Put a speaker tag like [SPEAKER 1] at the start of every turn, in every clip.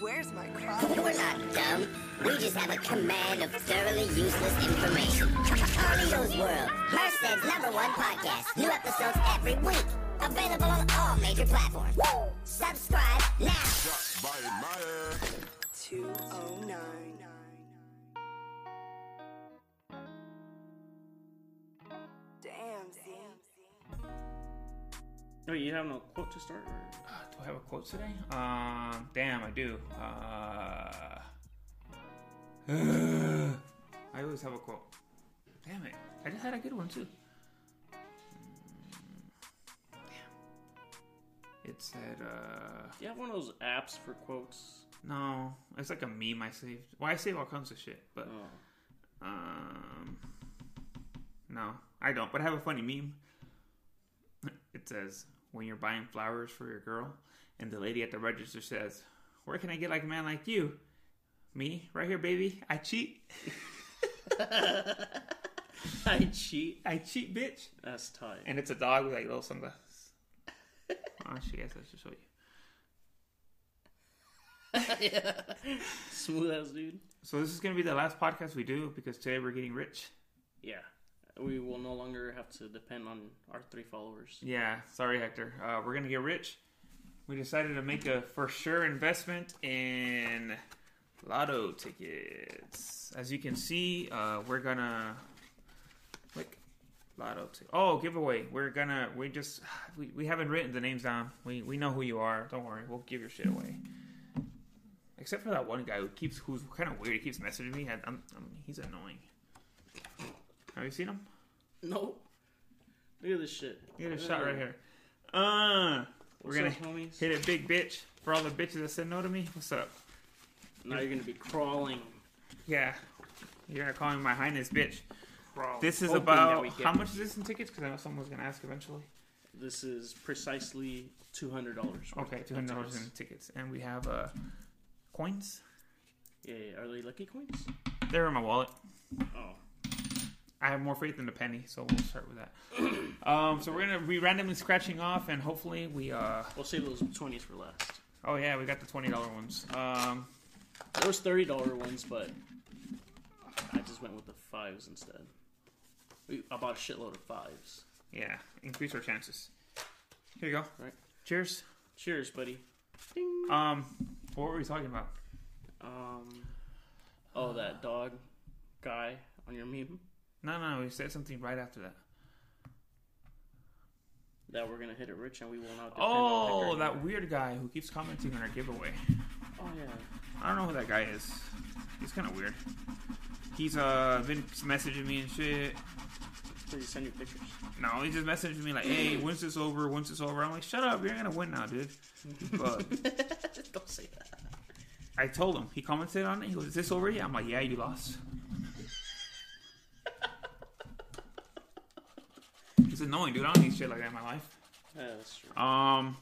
[SPEAKER 1] Where's my crop?
[SPEAKER 2] We're not dumb. We just have a command of thoroughly useless information. Carlito's World, Merced's number one podcast. New episodes every week. Available on all major platforms. Subscribe now.
[SPEAKER 3] Biting my ass.
[SPEAKER 1] 209. Damn, Z.
[SPEAKER 4] Wait, you have no quote to start? Or?
[SPEAKER 5] Uh, Do I have a quote today? Um, damn, I do. Uh, I always have a quote. Damn it! I just had a good one too. Mm, Damn. It said, uh,
[SPEAKER 4] Do you have one of those apps for quotes?
[SPEAKER 5] no, it's like a meme I saved. Well, I save all kinds of shit,
[SPEAKER 4] Oh.
[SPEAKER 5] but um, no, I don't. But I have a funny meme. It says, "When you're buying flowers for your girl, and the lady at the register says, "Where can I get like a man like you?" Me, right here, baby. I cheat.
[SPEAKER 4] I cheat.
[SPEAKER 5] I cheat, bitch.
[SPEAKER 4] That's tight.
[SPEAKER 5] And it's a dog with like little sunglasses. oh, she has. I should show you.
[SPEAKER 4] Smooth as dude.
[SPEAKER 5] So this is gonna be the last podcast we do because today we're getting rich.
[SPEAKER 4] Yeah. We will no longer have to depend on our three followers.
[SPEAKER 5] Yeah, sorry, Hector. Uh, we're gonna get rich. We decided to make a for sure investment in lotto tickets. As you can see, uh, we're gonna like lotto. T- oh, giveaway! We're gonna we just we, we haven't written the names down. We we know who you are. Don't worry, we'll give your shit away. Except for that one guy who keeps who's kind of weird. He keeps messaging me. I, I'm, I'm, he's annoying. Have you seen him?
[SPEAKER 4] Nope. Look at this shit.
[SPEAKER 5] Get a shot right here. Uh, we're gonna
[SPEAKER 4] What's up, homies?
[SPEAKER 5] hit it, big bitch. For all the bitches that said no to me, what's up?
[SPEAKER 4] Now you're gonna be crawling.
[SPEAKER 5] Yeah, you're gonna call me my highness, bitch.
[SPEAKER 4] crawling
[SPEAKER 5] This is
[SPEAKER 4] hoping that
[SPEAKER 5] about
[SPEAKER 4] we get-
[SPEAKER 5] how much is this in tickets? Because I know someone's gonna ask eventually.
[SPEAKER 4] This is precisely two hundred dollars.
[SPEAKER 5] Okay, two hundred dollars in tickets, and we have uh coins.
[SPEAKER 4] Yeah, yeah. Are they lucky coins?
[SPEAKER 5] They're in my wallet.
[SPEAKER 4] Oh.
[SPEAKER 5] I have more faith than a penny, so we'll start with that. um, so we're gonna be randomly scratching off, and hopefully we uh
[SPEAKER 4] We'll save those twenties for last.
[SPEAKER 5] oh yeah, we got the twenty dollar ones. Um,
[SPEAKER 4] There was thirty dollar ones, but I just went with the fives instead. We, I bought a shitload of fives.
[SPEAKER 5] yeah, increase our chances. Here you go.
[SPEAKER 4] Right.
[SPEAKER 5] Cheers.
[SPEAKER 4] Cheers, buddy.
[SPEAKER 5] Um, what were we talking about?
[SPEAKER 4] Um. Oh,
[SPEAKER 5] Uh.
[SPEAKER 4] that dog guy on your meme
[SPEAKER 5] No, no, we said something right after that.
[SPEAKER 4] that we're gonna hit it rich and we will not. Depend on
[SPEAKER 5] Oh,
[SPEAKER 4] liquor
[SPEAKER 5] that
[SPEAKER 4] anymore.
[SPEAKER 5] weird guy who keeps commenting on our giveaway.
[SPEAKER 4] Oh yeah.
[SPEAKER 5] I don't know who that guy is. He's kind of weird. He's uh been messaging me and shit.
[SPEAKER 4] Please send you pictures.
[SPEAKER 5] No, he just messaged me like, "Hey, when's this over? When's this over?" I'm like, "Shut up! You're gonna win now, dude." But
[SPEAKER 4] Don't say that.
[SPEAKER 5] I told him. He commented on it. He goes, "Is this over yet?" I'm like, "Yeah, you lost." It's annoying, dude. I don't need shit like that in my life.
[SPEAKER 4] Yeah, that's true.
[SPEAKER 5] Um,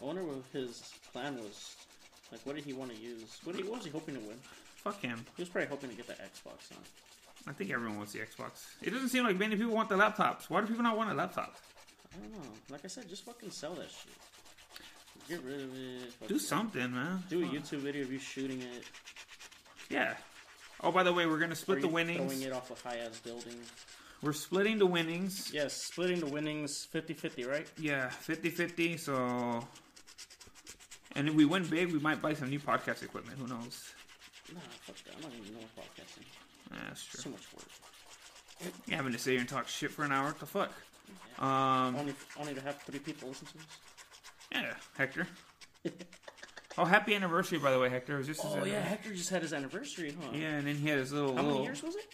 [SPEAKER 4] I wonder what his plan was. Like, what did he want to use? What, did he, what was he hoping to win?
[SPEAKER 5] fuck him.
[SPEAKER 4] He was probably hoping to get the Xbox on.
[SPEAKER 5] I think everyone wants the Xbox. It doesn't seem like many people want the laptops. Why do people not want a laptop?
[SPEAKER 4] I don't know. Like I said, just fucking sell that shit. Get rid of it. fucking-
[SPEAKER 5] Do something, man.
[SPEAKER 4] Do a YouTube video of you shooting it.
[SPEAKER 5] Yeah. Oh, by the way, we're gonna
[SPEAKER 4] or
[SPEAKER 5] split the
[SPEAKER 4] you Throwing
[SPEAKER 5] winnings.
[SPEAKER 4] it off a high ass building.
[SPEAKER 5] We're splitting the winnings.
[SPEAKER 4] Yes, splitting the winnings 50 50, right?
[SPEAKER 5] Yeah, 50-50, so and if we win big, we might buy some new podcast equipment. Who knows?
[SPEAKER 4] Nah, fuck that. I'm not even going podcasting.
[SPEAKER 5] Yeah, that's
[SPEAKER 4] It's too
[SPEAKER 5] true.
[SPEAKER 4] much work.
[SPEAKER 5] Yeah, having to sit here and talk shit for an hour, what the fuck? Um,
[SPEAKER 4] Only, only to have three people listen to this.
[SPEAKER 5] Yeah, Hector. oh, happy anniversary, by the way, Hector. It was just his
[SPEAKER 4] Oh, yeah,
[SPEAKER 5] anniversary.
[SPEAKER 4] Hector just had his anniversary, huh?
[SPEAKER 5] Yeah, and then he had his little,
[SPEAKER 4] How many
[SPEAKER 5] little
[SPEAKER 4] years was it?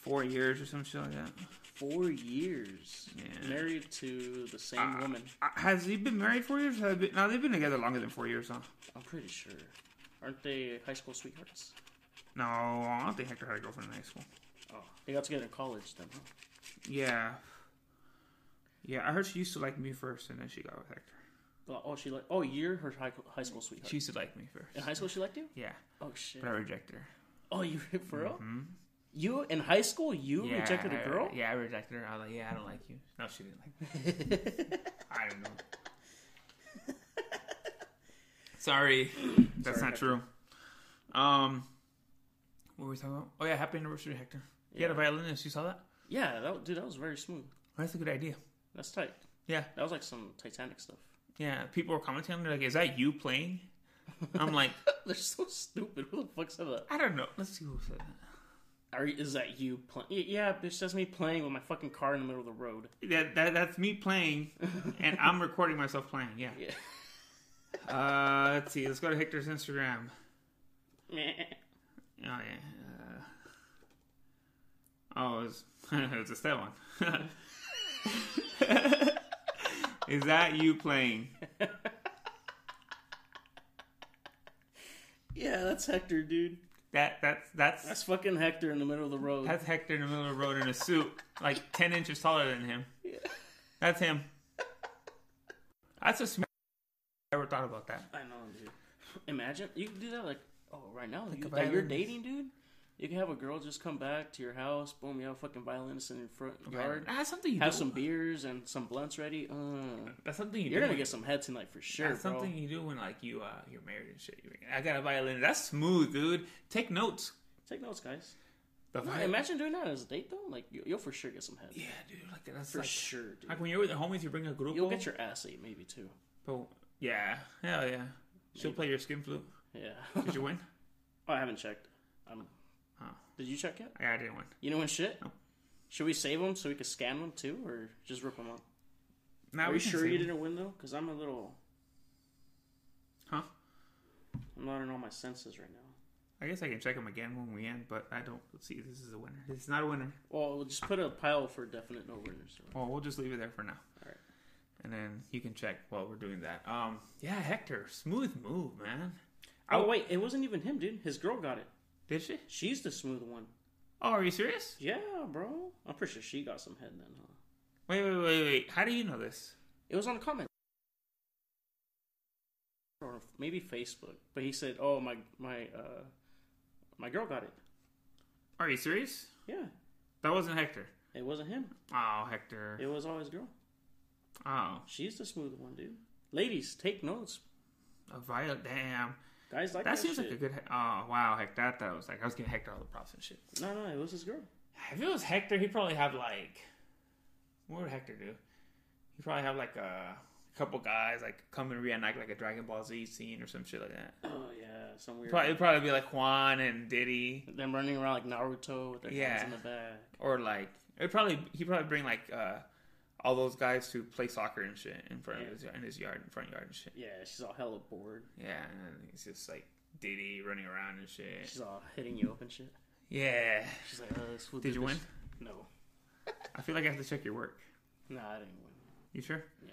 [SPEAKER 5] four years or some shit like that.
[SPEAKER 4] Four years.
[SPEAKER 5] Yeah.
[SPEAKER 4] Married to the same woman.
[SPEAKER 5] Uh, has he been married four years? Have they been, no, they've been together longer than four years, huh?
[SPEAKER 4] I'm pretty sure. Aren't they high school sweethearts?
[SPEAKER 5] No, I don't think Hector had a girlfriend in high school.
[SPEAKER 4] Oh. They got together in college then, huh?
[SPEAKER 5] Yeah. Yeah, I heard she used to like me first, and then she got with Hector.
[SPEAKER 4] Well, Oh, she like. Oh, you're her high, high school sweetheart.
[SPEAKER 5] She used to like me first.
[SPEAKER 4] in high school, she liked you.
[SPEAKER 5] Yeah,
[SPEAKER 4] Oh shit.
[SPEAKER 5] but I rejected her.
[SPEAKER 4] Oh, you for real? You in high school, you
[SPEAKER 5] Mm-hmm. Yeah,
[SPEAKER 4] rejected
[SPEAKER 5] I-
[SPEAKER 4] a girl.
[SPEAKER 5] yeah, I rejected her. I was like, yeah, I don't like you. No, she didn't like me. I don't know. Sorry, that's not true. Um, what were we talking about? Oh yeah, happy anniversary, Hector. He had a violinist. You saw that?
[SPEAKER 4] Yeah, that, dude, that was very smooth.
[SPEAKER 5] That's a good idea.
[SPEAKER 4] That's tight.
[SPEAKER 5] Yeah,
[SPEAKER 4] That was like some Titanic stuff.
[SPEAKER 5] yeah. People were commenting. on it, They're like, "Is that you playing?" I'm like,
[SPEAKER 4] They're so stupid. Who the fuck said that?
[SPEAKER 5] I don't know. Let's see who said that.
[SPEAKER 4] Are, you- is that you playing? Yeah, bitch, that's me playing with my fucking car in the middle of the road.
[SPEAKER 5] That, that that's me playing, and I'm recording myself playing. Yeah.
[SPEAKER 4] Yeah.
[SPEAKER 5] Uh, let's see. Let's go to Hector's Instagram.
[SPEAKER 4] Meh.
[SPEAKER 5] Oh yeah. Uh, oh, it was, it was a step one. Is that you playing?
[SPEAKER 4] yeah, that's Hector, dude.
[SPEAKER 5] That that's that's
[SPEAKER 4] That's fucking Hector in the middle of the road.
[SPEAKER 5] That's Hector in the middle of the road in a suit, like ten inches taller than him. That's him. That's a sm- I never thought about that.
[SPEAKER 4] I know, dude. Imagine you could do that like oh right now like,
[SPEAKER 5] a
[SPEAKER 4] you, that you're
[SPEAKER 5] violinist.
[SPEAKER 4] dating, dude. You can have a girl just come back to your house, boom, you have a fucking violinist in your front yard,
[SPEAKER 5] That's something you
[SPEAKER 4] have
[SPEAKER 5] do.
[SPEAKER 4] some beers and some blunts ready. Uh,
[SPEAKER 5] That's something you
[SPEAKER 4] you're
[SPEAKER 5] do.
[SPEAKER 4] gonna
[SPEAKER 5] when-
[SPEAKER 4] get some head tonight for sure,
[SPEAKER 5] That's
[SPEAKER 4] bro.
[SPEAKER 5] something you do when like you uh you're married and shit. You're like, I got a violin. That's smooth, dude. Take notes.
[SPEAKER 4] Take notes, guys.
[SPEAKER 5] The
[SPEAKER 4] Hey,
[SPEAKER 5] violin.
[SPEAKER 4] imagine doing that as a date though. Like you, you'll for sure get some head.
[SPEAKER 5] yeah, dude. Like that's
[SPEAKER 4] for
[SPEAKER 5] like,
[SPEAKER 4] sure, dude.
[SPEAKER 5] like when you're with the homies, you bring a group.
[SPEAKER 4] You'll get your ass ate maybe too.
[SPEAKER 5] But, yeah, hell yeah. She'll play your skin flute.
[SPEAKER 4] Yeah.
[SPEAKER 5] Did you win?
[SPEAKER 4] oh, I haven't checked. Um,
[SPEAKER 5] Oh.
[SPEAKER 4] Did you check yet?
[SPEAKER 5] Yeah, I didn't win.
[SPEAKER 4] You know when shit?
[SPEAKER 5] No.
[SPEAKER 4] Should we save them so we can scan them too, or just rip them up?
[SPEAKER 5] Now
[SPEAKER 4] Are
[SPEAKER 5] we
[SPEAKER 4] you
[SPEAKER 5] can
[SPEAKER 4] sure
[SPEAKER 5] sing.
[SPEAKER 4] you didn't win though? Because I'm a little,
[SPEAKER 5] Huh?
[SPEAKER 4] I'm not in all my senses right now.
[SPEAKER 5] I guess I can check them again when we end, but I don't see this is a winner. This is not a winner.
[SPEAKER 4] Well, we'll just put a pile for definite no winners.
[SPEAKER 5] Well, we'll just leave it there for now.
[SPEAKER 4] Alright.
[SPEAKER 5] And then you can check while we're doing that. Um, yeah, Hector, smooth move, man.
[SPEAKER 4] Oh wait, it wasn't even him, dude. His girl got it.
[SPEAKER 5] Did she?
[SPEAKER 4] She's the smooth one.
[SPEAKER 5] Oh, are you serious?
[SPEAKER 4] Yeah, bro. I'm pretty sure she got some head then, huh?
[SPEAKER 5] Wait, wait, wait, wait. How do you know this?
[SPEAKER 4] It was on a comment. Or maybe Facebook, but he said, "Oh my my uh, my girl got it."
[SPEAKER 5] Are you serious?
[SPEAKER 4] Yeah,
[SPEAKER 5] That wasn't Hector.
[SPEAKER 4] it wasn't him.
[SPEAKER 5] Oh, Hector.
[SPEAKER 4] It was all his girl.
[SPEAKER 5] Oh,
[SPEAKER 4] She's the smooth one, dude. Ladies, take notes.
[SPEAKER 5] a viol. Damn.
[SPEAKER 4] Guys like that,
[SPEAKER 5] That seems
[SPEAKER 4] shit.
[SPEAKER 5] like a good. he- Oh, wow, Hector. That, that was like I was giving Hector all the props and shit.
[SPEAKER 4] No, no, it was his girl.
[SPEAKER 5] If it was Hector, he'd probably have like. What would Hector do? He'd probably have like a couple guys like come and reenact like a Dragon Ball Z scene or some shit like that.
[SPEAKER 4] Oh yeah, some weird.
[SPEAKER 5] Probably, it'd probably be like Juan and Diddy,
[SPEAKER 4] Them running around like Naruto with their hands
[SPEAKER 5] Yeah.
[SPEAKER 4] in the back.
[SPEAKER 5] or like it probably he'd probably bring like uh, all those guys to play soccer and shit in front of his in his yard, in front yard and shit.
[SPEAKER 4] Yeah, she's all hella bored.
[SPEAKER 5] Yeah, and then it's just like Diddy running around and shit.
[SPEAKER 4] She's all hitting you up and shit.
[SPEAKER 5] Yeah,
[SPEAKER 4] She's like, oh, this fool
[SPEAKER 5] Did you
[SPEAKER 4] this.
[SPEAKER 5] win?
[SPEAKER 4] No,
[SPEAKER 5] I feel like I have to check your work.
[SPEAKER 4] no, I didn't win.
[SPEAKER 5] You sure?
[SPEAKER 4] Yeah,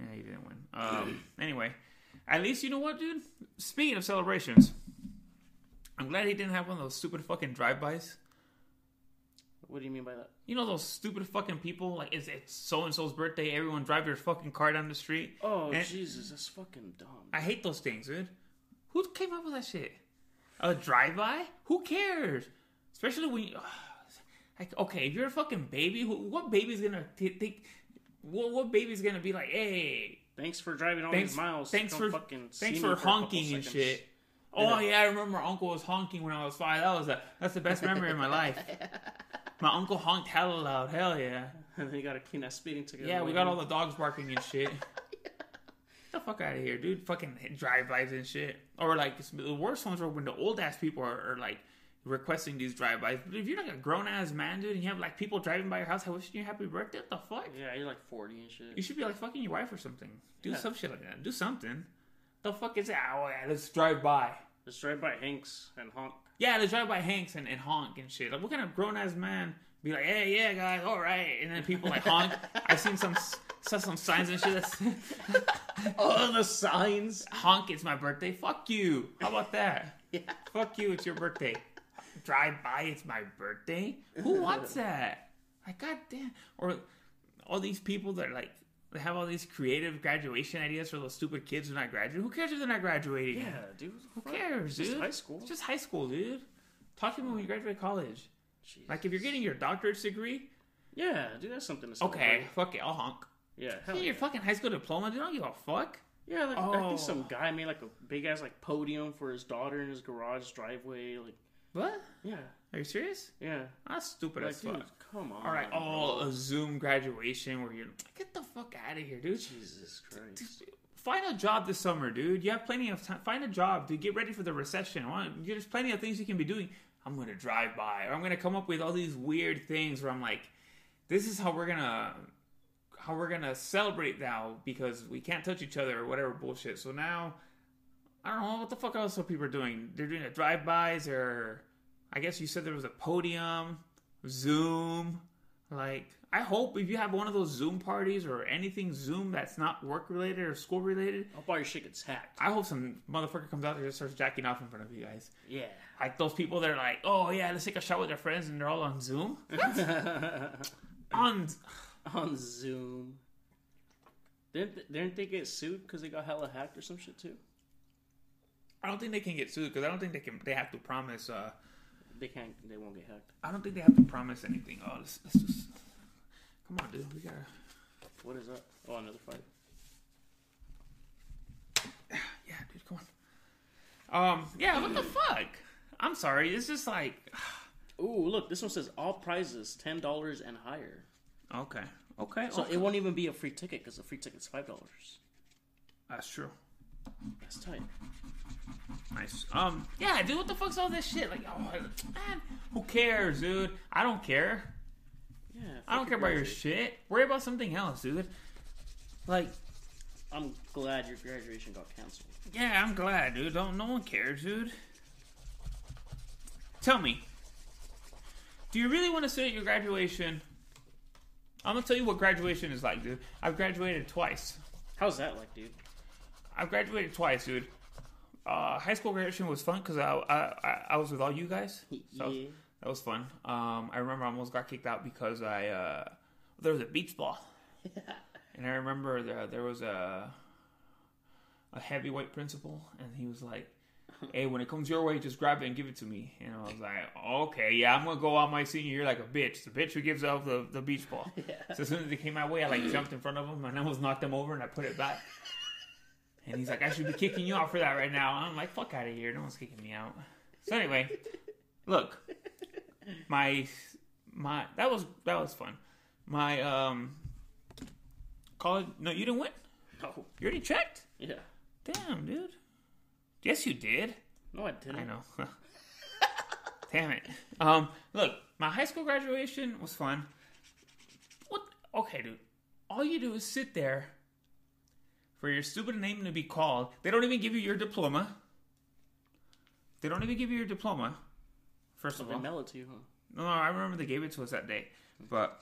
[SPEAKER 5] Yeah, you didn't win. Um, anyway, at least you know what, dude. Speaking of celebrations, I'm glad he didn't have one of those stupid fucking drive-bys.
[SPEAKER 4] what do you mean by that?
[SPEAKER 5] You know those stupid fucking people. Like it's it's so and so's birthday. Everyone drive their fucking car down the street.
[SPEAKER 4] Oh
[SPEAKER 5] And-
[SPEAKER 4] Jesus, that's fucking dumb.
[SPEAKER 5] I hate those things, dude. Who came up with that shit? A drive-by? Who cares? Especially when, you, like, okay, if you're a fucking baby, who, what baby's gonna t- think? What, what baby's gonna be like? Hey,
[SPEAKER 4] thanks for driving all
[SPEAKER 5] thanks,
[SPEAKER 4] these miles.
[SPEAKER 5] thanks
[SPEAKER 4] Don't
[SPEAKER 5] for
[SPEAKER 4] fucking see
[SPEAKER 5] thanks
[SPEAKER 4] me
[SPEAKER 5] for,
[SPEAKER 4] a couple
[SPEAKER 5] honking and
[SPEAKER 4] seconds.
[SPEAKER 5] shit. Oh
[SPEAKER 4] Yeah.
[SPEAKER 5] yeah, I remember my uncle was honking when I was five. That was a, that's the best memory of my life. My uncle honked hella loud. Hell yeah.
[SPEAKER 4] And then you gotta clean that speeding ticket.
[SPEAKER 5] Yeah, we got all the dogs barking and shit. Get the fuck out of here, dude. Fucking drive-bys and shit. Or like it's- the worst ones are when the old ass people are, are like requesting these drive-bys. But if you're like a grown ass man, dude, and you have like people driving by your house, I wish you happy birthday. What the fuck?
[SPEAKER 4] Yeah, you're like forty and shit.
[SPEAKER 5] You should be like fucking your wife or something. Do
[SPEAKER 4] Yeah.
[SPEAKER 5] some shit like that. Do something. The fuck is that? Oh yeah, let's drive by.
[SPEAKER 4] Just drive by Hanks and honk.
[SPEAKER 5] Yeah, let's drive by Hanks and, and honk and shit. Like what kind of grown ass man be like, hey yeah guys, all right, and then people like honk. I've seen some s- saw some signs and shit that's
[SPEAKER 4] Oh, the signs.
[SPEAKER 5] honk it's my birthday fuck you how about that
[SPEAKER 4] Yeah.
[SPEAKER 5] fuck you it's your birthday drive by it's my birthday who wants that like god damn or all these people that are like they have all these creative graduation ideas for those stupid kids who are not graduating who cares if they're not graduating
[SPEAKER 4] Yeah, dude.
[SPEAKER 5] who cares dude
[SPEAKER 4] Just high school.
[SPEAKER 5] it's just high school dude talk to me when you graduate college
[SPEAKER 4] Jeez.
[SPEAKER 5] like if you're getting your doctorate degree
[SPEAKER 4] yeah, dude, that's something to celebrate.
[SPEAKER 5] okay fuck it i'll honk
[SPEAKER 4] Yeah. Hell
[SPEAKER 5] Get
[SPEAKER 4] yeah.
[SPEAKER 5] your fucking high school diploma dude I don't give a fuck
[SPEAKER 4] Yeah, like, I
[SPEAKER 5] Oh.
[SPEAKER 4] think some guy made like a big ass like podium for his daughter in his garage driveway. Like,
[SPEAKER 5] What?
[SPEAKER 4] yeah,
[SPEAKER 5] Are you serious?
[SPEAKER 4] yeah.
[SPEAKER 5] That's stupid
[SPEAKER 4] Like,
[SPEAKER 5] as fuck.
[SPEAKER 4] dude, come on.
[SPEAKER 5] All right,
[SPEAKER 4] bro.
[SPEAKER 5] oh. all a Zoom graduation where you get the fuck out of here, dude.
[SPEAKER 4] Jesus Christ.
[SPEAKER 5] Find a job this summer, dude. You have plenty of time. Find a job, dude. Get ready for the recession. Why- There's plenty of things you can be doing. I'm gonna drive by, or I'm gonna come up with all these weird things where I'm like, this is how we're gonna how we're gonna celebrate now because we can't touch each other or whatever bullshit. So now, I don't know what the fuck else are people doing. They're doing a drive bys or I guess you said there was a podium, Zoom. Like, I hope if you have one of those Zoom parties or anything Zoom that's not work related or school related,
[SPEAKER 4] I hope all your shit gets hacked.
[SPEAKER 5] I hope some motherfucker comes out there and just starts jacking off in front of you guys.
[SPEAKER 4] Yeah.
[SPEAKER 5] Like those people that are like, oh yeah, let's take a shot with our friends and they're all on Zoom. on
[SPEAKER 4] On Zoom. Didn't th- didn't they get sued because they got hella hacked or some shit too?
[SPEAKER 5] I don't think they can get sued because I don't think they can. They have to promise. Uh,
[SPEAKER 4] They can't. They won't get hacked.
[SPEAKER 5] I don't think they have to promise anything. Oh, let's, let's just come on, dude. We gotta.
[SPEAKER 4] What is that? Oh, another fight.
[SPEAKER 5] Yeah, dude, come on. Um, yeah, what the fuck? I'm sorry. It's just like
[SPEAKER 4] Ooh, look, this one says all prizes ten dollars and higher.
[SPEAKER 5] okay, okay.
[SPEAKER 4] So
[SPEAKER 5] okay.
[SPEAKER 4] it won't even be a free ticket because the free ticket's five dollars.
[SPEAKER 5] That's true.
[SPEAKER 4] That's tight.
[SPEAKER 5] Nice. Um, yeah, dude, what the fuck's all this shit? Like, oh, man, who cares, dude? I don't care.
[SPEAKER 4] Yeah.
[SPEAKER 5] I don't
[SPEAKER 4] fucking
[SPEAKER 5] care about your
[SPEAKER 4] graduate.
[SPEAKER 5] shit. Worry about something else, dude. Like,
[SPEAKER 4] I'm glad your graduation got canceled.
[SPEAKER 5] Yeah, I'm glad, dude. Don't, no one cares, dude. Tell me, do you really want to sit at your graduation? I'm gonna tell you what graduation is like, dude. I've graduated twice.
[SPEAKER 4] How's that like, dude?
[SPEAKER 5] I've graduated twice, dude. Uh, high school graduation was fun because I, I I- I was with all you guys. So
[SPEAKER 4] Yeah.
[SPEAKER 5] That was fun. Um, I remember I almost got kicked out because I uh, there was a beach ball, and I remember there, there was a a heavyweight principal, and he was like, "Hey, when it comes your way, just grab it and give it to me." And I was like, "Okay, yeah, I'm gonna go out my senior year like a bitch, the bitch who gives out the, the beach ball." So as soon as it came my way, I like jumped in front of him and I almost knocked him over, and I put it back. And he's like, "I should be kicking you out for that right now." And I'm like, "Fuck out of here! No one's kicking me out." So anyway, look my my that was that was fun. My um college no you didn't win?
[SPEAKER 4] No.
[SPEAKER 5] You already checked?
[SPEAKER 4] Yeah.
[SPEAKER 5] Damn dude. Yes you did.
[SPEAKER 4] No, I didn't.
[SPEAKER 5] I know. Damn it. Um look, my high school graduation was fun. What okay dude. All you do is sit there for your stupid name to be called. They don't even give you your diploma. They don't even give you your diploma. First of
[SPEAKER 4] They
[SPEAKER 5] all.
[SPEAKER 4] mail it to you, huh?
[SPEAKER 5] No, no, I remember they gave it to us that day. But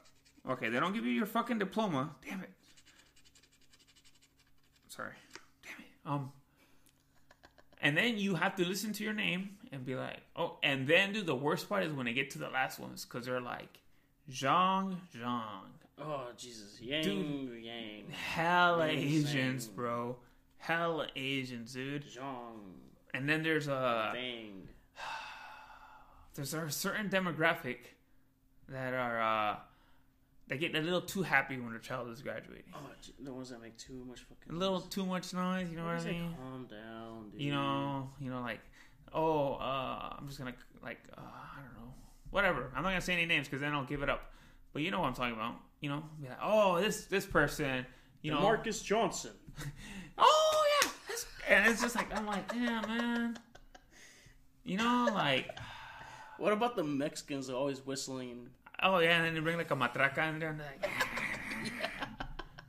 [SPEAKER 5] okay, they don't give you your fucking diploma. Damn it. Sorry. Damn it. Um. And then you have to listen to your name and be like, oh. And then, dude, the worst part is when they get to the last ones because they're like, Zhang Zhang.
[SPEAKER 4] Oh Jesus, Yang
[SPEAKER 5] Dude.
[SPEAKER 4] Yang
[SPEAKER 5] Hella
[SPEAKER 4] Insane.
[SPEAKER 5] Asians, bro. Hella Asians, dude.
[SPEAKER 4] Zhang
[SPEAKER 5] And then there's uh, a
[SPEAKER 4] Bang.
[SPEAKER 5] there's a certain demographic that are uh they get a little too happy when their child is graduating.
[SPEAKER 4] Oh, j- the ones that make too much fucking.
[SPEAKER 5] A little
[SPEAKER 4] noise.
[SPEAKER 5] too much noise, you know
[SPEAKER 4] I
[SPEAKER 5] what I
[SPEAKER 4] say
[SPEAKER 5] mean?
[SPEAKER 4] calm down, dude.
[SPEAKER 5] You know, you know, like, oh, uh, I'm just gonna like, uh, I don't know, whatever. I'm not gonna say any names because then I'll give it up. But you know what I'm talking about? You know, be like, oh, this this person, you know,
[SPEAKER 4] Marcus Johnson.
[SPEAKER 5] oh yeah, that's- and it's just like I'm like, yeah, man. You know, like,
[SPEAKER 4] What about the Mexicans that are always whistling?
[SPEAKER 5] Oh yeah, and then they bring like a matraca in there and they're like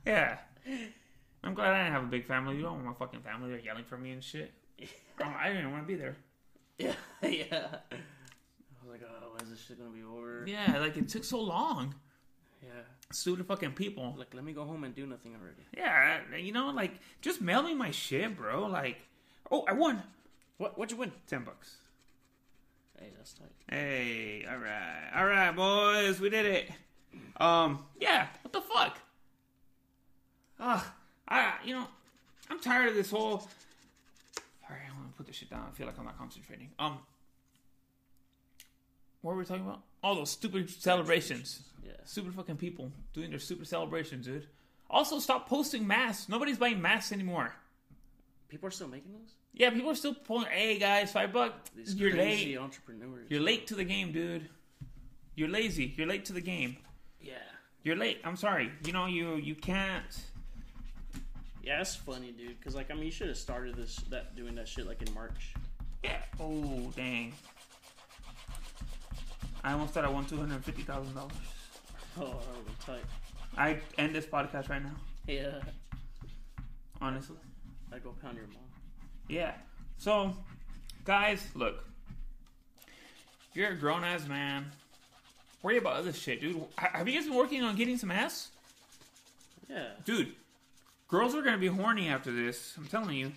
[SPEAKER 5] yeah. I'm glad I didn't have a big family. You don't want my fucking family there yelling for me and shit. Oh, I didn't want to be there.
[SPEAKER 4] Yeah, yeah. I was like, oh, when's this shit gonna be over?
[SPEAKER 5] Yeah, like it took so long.
[SPEAKER 4] Yeah.
[SPEAKER 5] Stupid fucking people.
[SPEAKER 4] Like, let me go home and do nothing already.
[SPEAKER 5] Yeah, you know, like just mail me my shit, bro. Like, oh, I won
[SPEAKER 4] What? What'd you win?
[SPEAKER 5] ten bucks.
[SPEAKER 4] Hey, that's tight.
[SPEAKER 5] Hey, all right, all right, boys, we did it. Um, yeah, what the fuck? Ugh, I, you know, I'm tired of this whole. All right, I'm gonna put this shit down. I feel like I'm not concentrating. Um, what were we talking about? All those stupid celebrations,
[SPEAKER 4] Yes.
[SPEAKER 5] stupid fucking people doing their stupid celebrations, dude. Also, stop posting masks. Nobody's buying masks anymore.
[SPEAKER 4] People are still making those.
[SPEAKER 5] Yeah, people are still pulling. Hey guys, five bucks.
[SPEAKER 4] These
[SPEAKER 5] You're
[SPEAKER 4] crazy
[SPEAKER 5] late.
[SPEAKER 4] entrepreneurs.
[SPEAKER 5] You're late to the game, dude. You're lazy. You're late to the game.
[SPEAKER 4] Yeah.
[SPEAKER 5] You're late. I'm sorry. You know you you can't.
[SPEAKER 4] Yeah, that's funny, dude. Because like, I mean, you should have started this that doing that shit like in March.
[SPEAKER 5] Yeah. Oh dang. I almost thought I won two hundred fifty thousand dollars.
[SPEAKER 4] Oh, that would have tight.
[SPEAKER 5] I end this podcast right now.
[SPEAKER 4] Yeah.
[SPEAKER 5] Honestly.
[SPEAKER 4] I go pound your mom.
[SPEAKER 5] Yeah. So, guys, look. You're a grown ass man. Worry about other shit, dude. H- Have you guys been working on getting some ass?
[SPEAKER 4] Yeah.
[SPEAKER 5] Dude, girls are gonna be horny after this. I'm telling you.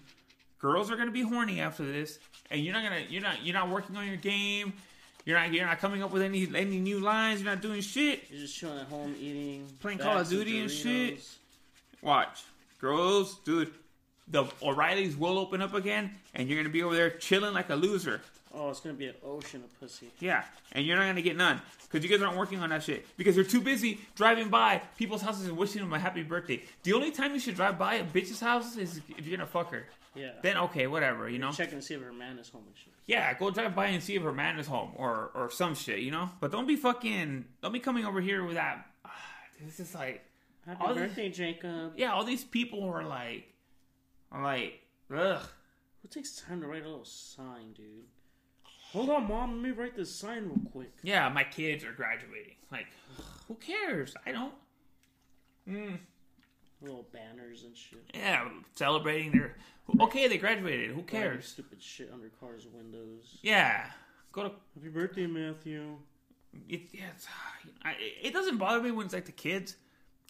[SPEAKER 5] Girls are gonna be horny after this. And you're not gonna you're not you're not working on your game. You're not you're not coming up with any any new lines, you're not doing shit.
[SPEAKER 4] You're just chilling at home eating,
[SPEAKER 5] Playing Call of
[SPEAKER 4] bags
[SPEAKER 5] Duty and shit.
[SPEAKER 4] Doritos.
[SPEAKER 5] Watch. Girls, dude. The O'Reillys will open up again, and you're gonna be over there chilling like a loser.
[SPEAKER 4] Oh, it's gonna be an ocean of pussy.
[SPEAKER 5] Yeah, and you're not gonna get none because you guys aren't working on that shit because you're too busy driving by people's houses and wishing them a happy birthday. The only time you should drive by a bitch's house is if you're gonna fuck her.
[SPEAKER 4] Yeah.
[SPEAKER 5] Then okay, whatever, you know.
[SPEAKER 4] Check and see if her man is home and shit.
[SPEAKER 5] Yeah, go drive by and see if her man is home or or some shit, you know. But don't be fucking, don't be coming over here with that. this is like,
[SPEAKER 4] Happy
[SPEAKER 5] All the-
[SPEAKER 4] birthday, Jacob.
[SPEAKER 5] yeah, all these people are like, are like, ugh.
[SPEAKER 4] Who takes time to write a little sign, dude? Hold on, mom. Let me write this sign real quick.
[SPEAKER 5] Yeah, my kids are graduating. Like, who cares? I don't.
[SPEAKER 4] Little banners and shit.
[SPEAKER 5] Yeah, celebrating their. Okay, they graduated. Who
[SPEAKER 4] Writing
[SPEAKER 5] cares?
[SPEAKER 4] Stupid shit under cars' windows.
[SPEAKER 5] Yeah, go to.
[SPEAKER 4] Happy birthday, Matthew.
[SPEAKER 5] It, yeah, it's, I, it doesn't bother me when it's like the kids,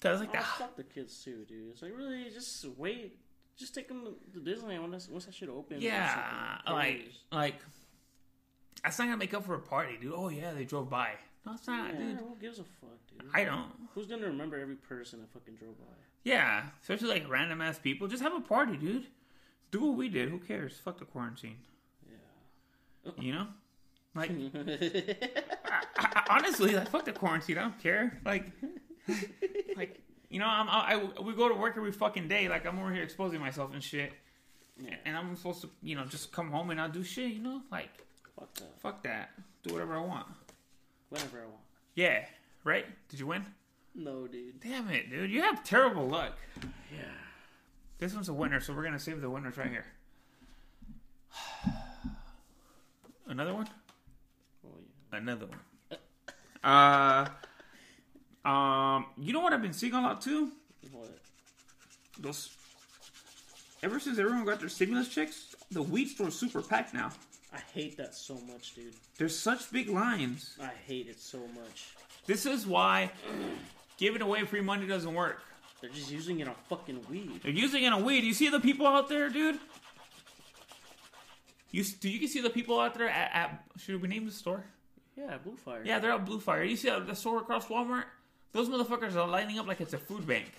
[SPEAKER 5] cause like
[SPEAKER 4] Oh,
[SPEAKER 5] ah,
[SPEAKER 4] fuck the kids too, dude. It's like really, just wait. Just take them to Disneyland when that's, once that shit opens. or
[SPEAKER 5] yeah,
[SPEAKER 4] something.
[SPEAKER 5] like
[SPEAKER 4] Please.
[SPEAKER 5] like that's not gonna make up for a party, dude. Oh yeah, they drove by. No, it's not,
[SPEAKER 4] Yeah,
[SPEAKER 5] dude.
[SPEAKER 4] who gives a fuck, dude?
[SPEAKER 5] I don't.
[SPEAKER 4] Who's gonna remember every person that fucking drove by?
[SPEAKER 5] Yeah, especially like random ass people. Just have a party, dude. Do what we did. Who cares? Fuck the quarantine. You know, like
[SPEAKER 4] Yeah.
[SPEAKER 5] I, I- honestly, like fuck the quarantine. I don't care. Like, like you know, I'm, I, I we go to work every fucking day. Like I'm over here exposing myself and shit,
[SPEAKER 4] Yeah.
[SPEAKER 5] and I'm supposed to you know just come home and not do shit. You know, like
[SPEAKER 4] fuck that.
[SPEAKER 5] fuck that. Do whatever I want.
[SPEAKER 4] Whatever I want.
[SPEAKER 5] Yeah, right. Did you win?
[SPEAKER 4] No, dude.
[SPEAKER 5] Damn it, dude. You have terrible luck.
[SPEAKER 4] Yeah.
[SPEAKER 5] This one's a winner, so we're gonna save the winners right here. Another one.
[SPEAKER 4] Oh, yeah.
[SPEAKER 5] Another one. Uh, um, you know what I've been seeing a lot too?
[SPEAKER 4] What?
[SPEAKER 5] those ever since everyone got their stimulus checks, the weed store's super packed now.
[SPEAKER 4] I hate that so much, dude.
[SPEAKER 5] There's such big lines.
[SPEAKER 4] I hate it so much.
[SPEAKER 5] This is why giving away free money doesn't work.
[SPEAKER 4] They're just using it on fucking weed.
[SPEAKER 5] They're using it on weed. You see the people out there, dude. You s- do you can see the people out there at, at should we name the store?
[SPEAKER 4] Yeah, blue fire.
[SPEAKER 5] Yeah, they're at Blue Fire. You see that- the store across Walmart? Those motherfuckers are lining up like it's a food bank.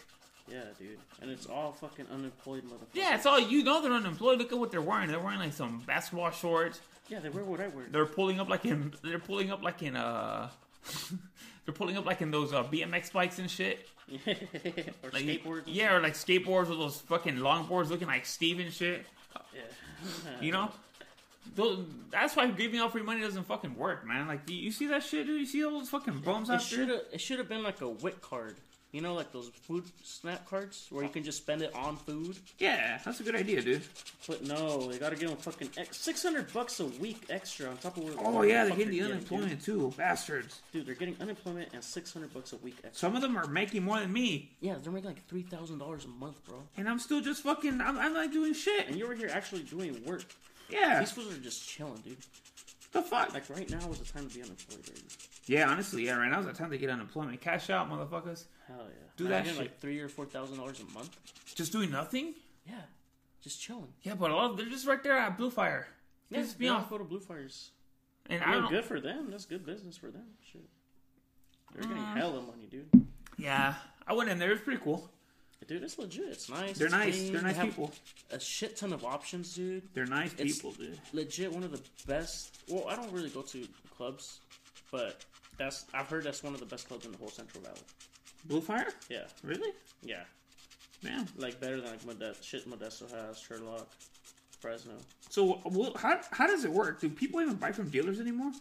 [SPEAKER 4] Yeah, dude. And it's all fucking unemployed motherfuckers.
[SPEAKER 5] Yeah, it's all you know. They're unemployed. Look at what they're wearing. They're wearing like some basketball shorts.
[SPEAKER 4] Yeah, they wear what I wear.
[SPEAKER 5] they're pulling up like in they're pulling up like in uh they're pulling up like in those uh, BMX bikes and shit.
[SPEAKER 4] or
[SPEAKER 5] Like,
[SPEAKER 4] skateboards.
[SPEAKER 5] Yeah, or like skateboards or those fucking longboards looking like Steve and shit.
[SPEAKER 4] Yeah.
[SPEAKER 5] You know? Those, that's why giving out free money doesn't fucking work, man. Like you, you see that shit, dude? You see all those fucking bums
[SPEAKER 4] It
[SPEAKER 5] out
[SPEAKER 4] should
[SPEAKER 5] there?
[SPEAKER 4] have. It should have been like a WIC card. You know, like those food snap cards where you can just spend it on food.
[SPEAKER 5] Yeah, that's a good idea, dude.
[SPEAKER 4] But no, they gotta give them fucking ex- six hundred bucks a week extra on top of what.
[SPEAKER 5] Oh
[SPEAKER 4] what
[SPEAKER 5] yeah,
[SPEAKER 4] the
[SPEAKER 5] they're
[SPEAKER 4] fuck
[SPEAKER 5] getting the
[SPEAKER 4] Dude.
[SPEAKER 5] unemployment too, bastards.
[SPEAKER 4] Dude, they're getting unemployment and six hundred bucks a week extra.
[SPEAKER 5] Some of them are making more than me,
[SPEAKER 4] Yeah, they're making like three thousand dollars a month, bro.
[SPEAKER 5] and I'm still just fucking. I'm, I'm not doing
[SPEAKER 4] And
[SPEAKER 5] shit.
[SPEAKER 4] you're over here actually doing work.
[SPEAKER 5] Yeah,
[SPEAKER 4] These fools are just chilling, dude.
[SPEAKER 5] the fuck.
[SPEAKER 4] Like right now is the time to be unemployed. Baby.
[SPEAKER 5] Yeah, honestly, yeah, right now's the time to get unemployment. Cash out, motherfuckers.
[SPEAKER 4] Hell yeah.
[SPEAKER 5] Do
[SPEAKER 4] Man,
[SPEAKER 5] that
[SPEAKER 4] you're getting,
[SPEAKER 5] shit.
[SPEAKER 4] like three or four thousand dollars a month.
[SPEAKER 5] Just doing nothing?
[SPEAKER 4] Yeah, just chilling.
[SPEAKER 5] Yeah, but a lot of, they're just right there at Blue Fire.
[SPEAKER 4] Yeah,
[SPEAKER 5] Just
[SPEAKER 4] they
[SPEAKER 5] be
[SPEAKER 4] all
[SPEAKER 5] off.
[SPEAKER 4] Go to Blue Fires.
[SPEAKER 5] And
[SPEAKER 4] I
[SPEAKER 5] I don't.
[SPEAKER 4] good for them. That's good business for them. Shit. They're getting
[SPEAKER 5] Mm-hmm.
[SPEAKER 4] hella money, dude.
[SPEAKER 5] Yeah, I went in there. It's pretty cool.
[SPEAKER 4] Dude, it's legit. It's nice.
[SPEAKER 5] They're
[SPEAKER 4] it's
[SPEAKER 5] nice.
[SPEAKER 4] clean,
[SPEAKER 5] They're
[SPEAKER 4] they
[SPEAKER 5] nice
[SPEAKER 4] have
[SPEAKER 5] people.
[SPEAKER 4] A shit ton of options, dude.
[SPEAKER 5] They're nice
[SPEAKER 4] It's-
[SPEAKER 5] people, dude.
[SPEAKER 4] Legit, one of the best. Well, I don't really go to clubs, but that's I've heard that's one of the best clubs in the whole Central Valley.
[SPEAKER 5] Blue Fire?
[SPEAKER 4] Yeah,
[SPEAKER 5] Really?
[SPEAKER 4] yeah.
[SPEAKER 5] Man.
[SPEAKER 4] Like better than like Modesto, shit Modesto has, Sherlock, Fresno.
[SPEAKER 5] So, well, how, how does it work? Do people even buy from dealers anymore?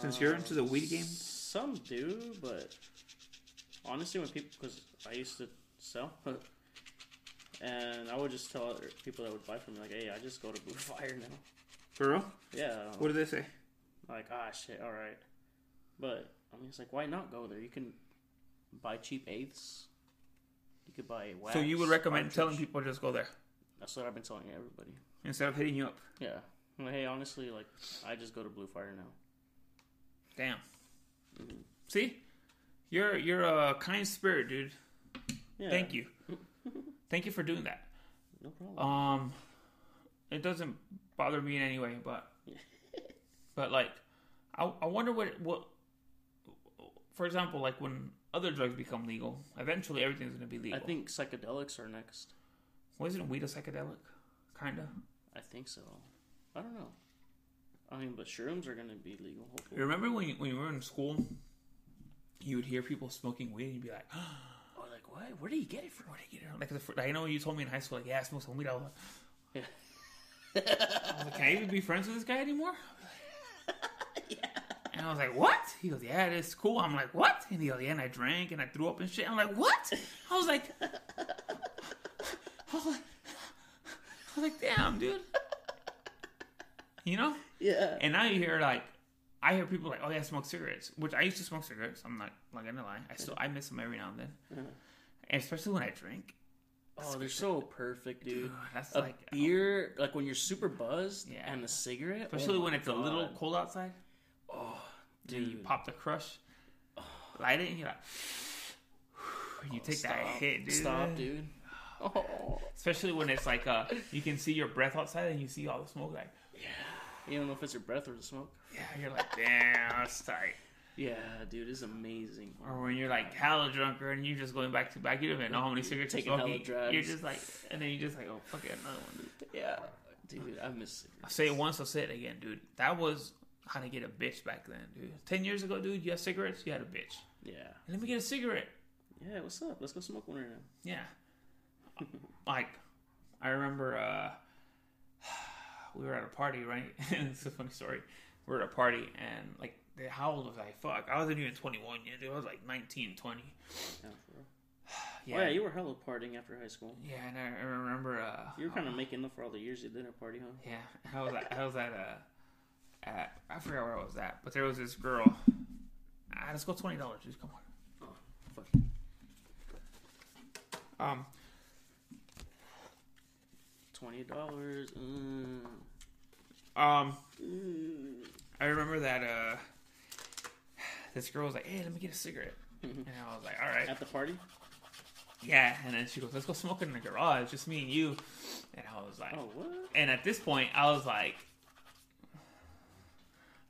[SPEAKER 5] Since you're into the weed game?
[SPEAKER 4] Some do, but honestly, when people, because I used to sell, and I would just tell other people that would buy from me, like, hey, I just go to Blue Fire now.
[SPEAKER 5] For real?
[SPEAKER 4] Yeah.
[SPEAKER 5] What do they say?
[SPEAKER 4] Like, ah, shit, alright. But, I mean, it's like, why not go there? You can buy cheap eighths. You could buy wax.
[SPEAKER 5] So you would recommend
[SPEAKER 4] cartridge.
[SPEAKER 5] telling people just go there
[SPEAKER 4] That's what I've been telling everybody.
[SPEAKER 5] instead of hitting you up.
[SPEAKER 4] Yeah. I'm like, hey, honestly, like, I just go to Blue Fire now.
[SPEAKER 5] Damn. See, you're you're a kind spirit, dude.
[SPEAKER 4] Yeah.
[SPEAKER 5] Thank you. Thank you for doing that.
[SPEAKER 4] No problem.
[SPEAKER 5] Um, it doesn't bother me in any way, but but like, I I wonder what what. For example, like when other drugs become legal, eventually everything's gonna be legal.
[SPEAKER 4] I think psychedelics are next.
[SPEAKER 5] wasn't weed a psychedelic? Kinda.
[SPEAKER 4] I think so. I don't know. I mean, but shrooms are gonna be legal. Hopefully.
[SPEAKER 5] Remember when you, when you were in school, you would hear people smoking weed, and you'd be like, "Oh, like what? Where do you get it from? Where do you get it from?" Like the, fir- I know you told me in high school, like, "Yeah, I smoke some weed." I was like,
[SPEAKER 4] Yeah.
[SPEAKER 5] I was like, "Can I even be friends with this guy anymore?" And I was like, "What?" He goes, "Yeah, it is cool." I'm like, "What?" And he goes, "Yeah, and I drank and I threw up and shit." I'm like, "What?" I was like, I was like, I was like "Damn, dude." You know?
[SPEAKER 4] Yeah.
[SPEAKER 5] And now you hear like, I hear people like, oh yeah, I smoke cigarettes, which I used to smoke cigarettes. I'm not like gonna lie, I still I miss them every now and then,
[SPEAKER 4] Uh-huh.
[SPEAKER 5] and especially when I drink.
[SPEAKER 4] oh, they're so perfect, dude.
[SPEAKER 5] That's
[SPEAKER 4] A
[SPEAKER 5] like oh.
[SPEAKER 4] beer, like when you're super buzzed,
[SPEAKER 5] Yeah.
[SPEAKER 4] and a cigarette,
[SPEAKER 5] especially
[SPEAKER 4] oh
[SPEAKER 5] when
[SPEAKER 4] my
[SPEAKER 5] it's a little
[SPEAKER 4] God.
[SPEAKER 5] cold outside. and you
[SPEAKER 4] dude. Oh.
[SPEAKER 5] pop the crush, light it, and you're like, and you take that hit, dude.
[SPEAKER 4] Stop, dude. Oh,
[SPEAKER 5] Especially when it's like uh, you can see your breath outside and you see all the smoke, like,
[SPEAKER 4] you don't know if it's your breath or the smoke.
[SPEAKER 5] yeah, you're like, damn, that's tight.
[SPEAKER 4] Yeah, dude, it's amazing.
[SPEAKER 5] Or when you're like hella drunker and you're just going back to back, you don't even know how many cigarettes you're
[SPEAKER 4] Taking hella
[SPEAKER 5] smoking.
[SPEAKER 4] drugs.
[SPEAKER 5] You're just like, and then you're just like, oh fuck it, another one. Dude.
[SPEAKER 4] Yeah, dude, I miss cigarettes.
[SPEAKER 5] I'll say it once, I'll say it again, dude. That was how to get a bitch back then, dude. Ten years ago, dude, you had cigarettes, you had a bitch.
[SPEAKER 4] Yeah,
[SPEAKER 5] Let me get a cigarette.
[SPEAKER 4] yeah. What's up? Let's go smoke one right now.
[SPEAKER 5] Yeah. like, I remember uh, we were at a party, right? it's a funny story. We were at a party, and like, the- how old was I? Fuck, I wasn't even 21 yet. dude. I was like 19, 20.
[SPEAKER 4] Yeah, for real. Oh, yeah, you were hella partying after high school.
[SPEAKER 5] Yeah, and I I remember. Uh,
[SPEAKER 4] You were kind of making up for all the years you did at party, huh?
[SPEAKER 5] Yeah, I was at, I was at uh, at I forgot where I was at, but there was this girl. Ah, let's go twenty dollars. Just come on.
[SPEAKER 4] Fuck.
[SPEAKER 5] Um,
[SPEAKER 4] Twenty dollars. Mm.
[SPEAKER 5] um, I remember that uh, this girl was like, "Hey, let me get a cigarette," and I was like, "All right."
[SPEAKER 4] At the party?
[SPEAKER 5] Yeah, and then she goes, "Let's go smoke in the garage, just me and you," and I was like,
[SPEAKER 4] Oh, what?
[SPEAKER 5] and at this point i was like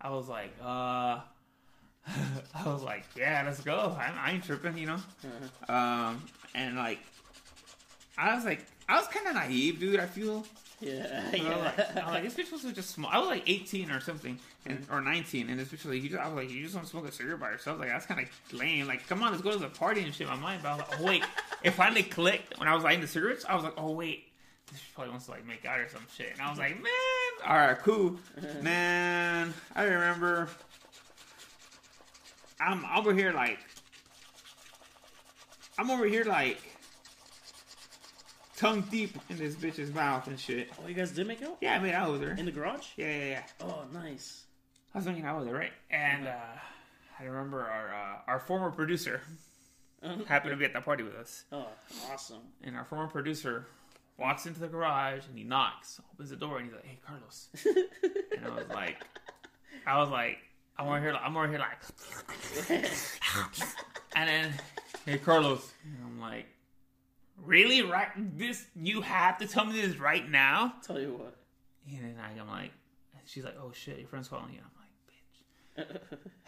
[SPEAKER 5] i was like uh i was like yeah let's go i, I ain't tripping you know um and like i was like i was kind of naive dude i feel
[SPEAKER 4] Yeah.
[SPEAKER 5] I was like,
[SPEAKER 4] yeah.
[SPEAKER 5] I was like, this bitch was just small. I was like 18 or something, and, or 19, and this bitch was like, you just, I was like, you just want to smoke a cigarette by yourself? Like, that's kind of lame. Like, come on, let's go to the party and shit. My mind, but I was like, oh, wait. It finally clicked when I was lighting the cigarettes. I was like, oh, wait. This bitch probably wants to, like, make out or some shit. And I was like, man, all right, cool. Man, I remember I'm over here, like, I'm over here, like, tongue deep in this bitch's mouth and shit.
[SPEAKER 4] oh, you guys did make out?
[SPEAKER 5] Yeah, I mean, I was there.
[SPEAKER 4] In the garage?
[SPEAKER 5] Yeah, yeah, yeah.
[SPEAKER 4] Oh, nice.
[SPEAKER 5] I was hanging out with her, right? And uh, I remember our uh, our former producer
[SPEAKER 4] Uh-huh.
[SPEAKER 5] happened to be at the party with us,
[SPEAKER 4] Oh, awesome.
[SPEAKER 5] and our former producer walks into the garage and he knocks, opens the door, and he's like, "Hey, Carlos," and I was like, I was like, I'm over here, like, I'm over here, like, and then, "Hey, Carlos," and I'm like, "Really? Right? This? You have to tell me this right now?"
[SPEAKER 4] Tell you what.
[SPEAKER 5] And then I, I'm like, and she's like, oh shit, your friend's calling you. I'm like, bitch.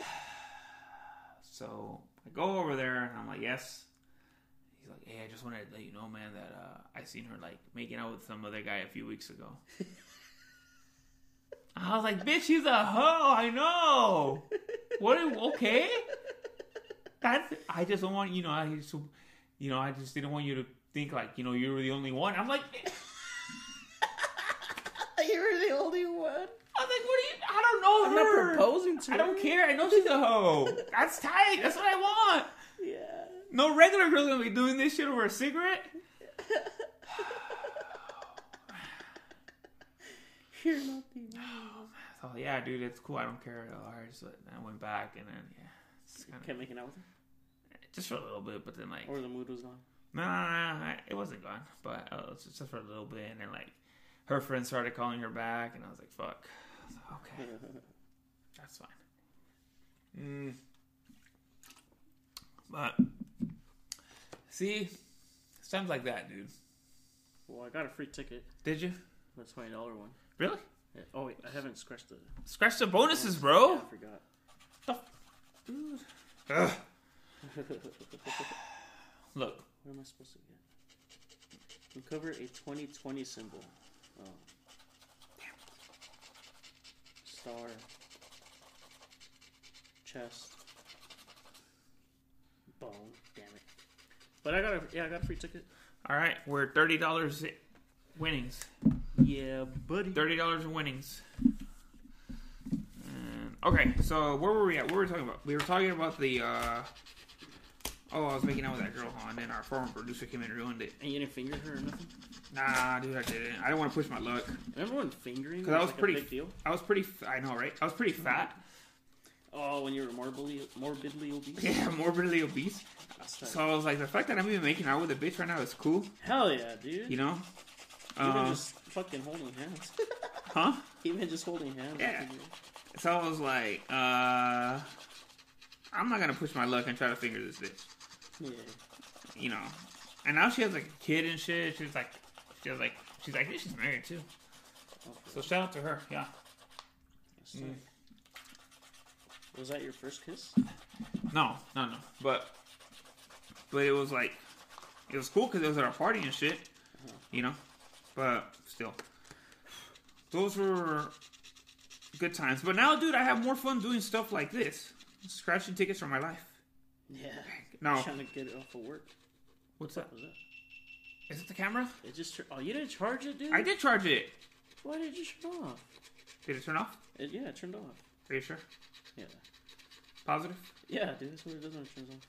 [SPEAKER 5] so I go over there and I'm like, yes. He's like, hey, I just wanted to let you know, man, that uh, I seen her like making out with some other guy a few weeks ago. I was like, bitch, he's a hoe. I know. What? Okay. That's. I just don't want you know. I just, you know, I just didn't want you to think like you know you were the only one. I'm like, you were the only one. I'm like, what are you? I don't know
[SPEAKER 4] I'm
[SPEAKER 5] her.
[SPEAKER 4] not proposing to
[SPEAKER 5] I don't
[SPEAKER 4] her.
[SPEAKER 5] care. I know she's a hoe. That's tight. That's what I want.
[SPEAKER 4] Yeah.
[SPEAKER 5] No regular girl's gonna be doing this shit over a cigarette.
[SPEAKER 4] You're not the
[SPEAKER 5] So yeah, dude, it's cool. I don't care at all. I just like, I went back and then yeah, it's kind of
[SPEAKER 4] Kept making out with her?
[SPEAKER 5] just for a little bit, but then like
[SPEAKER 4] Or the mood was gone?
[SPEAKER 5] no, no, no, no, it wasn't gone, but uh, it was just for a little bit, and then like her friend started calling her back, and I was like, fuck, I was like,
[SPEAKER 4] Mm-hmm.
[SPEAKER 5] okay, that's fine. Mm. But see, it's times like that, dude.
[SPEAKER 4] well, I got a free ticket.
[SPEAKER 5] Did you
[SPEAKER 4] The $20 one.
[SPEAKER 5] really
[SPEAKER 4] Yeah. Oh, wait. I haven't scratched the.
[SPEAKER 5] scratch the bonuses, bro?
[SPEAKER 4] Yeah, I forgot.
[SPEAKER 5] The f- dude. Ugh. Look,
[SPEAKER 4] What am I supposed to get? Uncover a 2020 symbol. Oh. Star. Chest. Bone. Damn it. But I got a yeah, I got a free ticket.
[SPEAKER 5] all right, we're thirty dollars winnings.
[SPEAKER 4] Yeah, buddy.
[SPEAKER 5] Thirty dollars in winnings. And- Okay, so where were we at? What were we talking about? We were talking about the. uh Oh, I was making out with that girl, huh? and then our former producer came in and ruined it.
[SPEAKER 4] And you didn't finger her or nothing.
[SPEAKER 5] Nah, dude, I didn't. I don't want to push my luck
[SPEAKER 4] Remember when fingering was,
[SPEAKER 5] because I was
[SPEAKER 4] like
[SPEAKER 5] pretty.
[SPEAKER 4] a big deal?
[SPEAKER 5] I was pretty. f- I know, right? I was pretty fat.
[SPEAKER 4] Oh, when you were morbidly morbidly obese.
[SPEAKER 5] Yeah, morbidly obese.
[SPEAKER 4] That's right.
[SPEAKER 5] So I was like, the fact that I'm even making out with a bitch right now is cool.
[SPEAKER 4] Hell yeah, dude.
[SPEAKER 5] You know?
[SPEAKER 4] Even
[SPEAKER 5] Uh,
[SPEAKER 4] just fucking holding hands.
[SPEAKER 5] huh?
[SPEAKER 4] Even just holding hands.
[SPEAKER 5] Yeah. So I was like, uh, I'm not gonna push my luck and try to finger this bitch.
[SPEAKER 4] Yeah.
[SPEAKER 5] You know? And now she has like a kid and shit. She's like, she has like, she's like, she's married too. So shout out to her. Yeah.
[SPEAKER 4] That's right. Was that your first kiss?
[SPEAKER 5] No, no, no. But, but it was like, it was cool because it was at our party and shit. You know? But still, those were good times. But now, dude, I have more fun doing stuff like this, scratching tickets for my life.
[SPEAKER 4] Yeah.
[SPEAKER 5] No.
[SPEAKER 4] Trying to get it off of work.
[SPEAKER 5] What's that?
[SPEAKER 4] Was that?
[SPEAKER 5] Is it the camera?
[SPEAKER 4] It just. tur- Oh, you didn't charge it, dude.
[SPEAKER 5] I did charge it.
[SPEAKER 4] Why did you turn it off?
[SPEAKER 5] Did it turn off?
[SPEAKER 4] It, yeah, it turned off.
[SPEAKER 5] Are you sure?
[SPEAKER 4] Yeah.
[SPEAKER 5] Positive?
[SPEAKER 4] Yeah, dude. That's what it does when it turns off.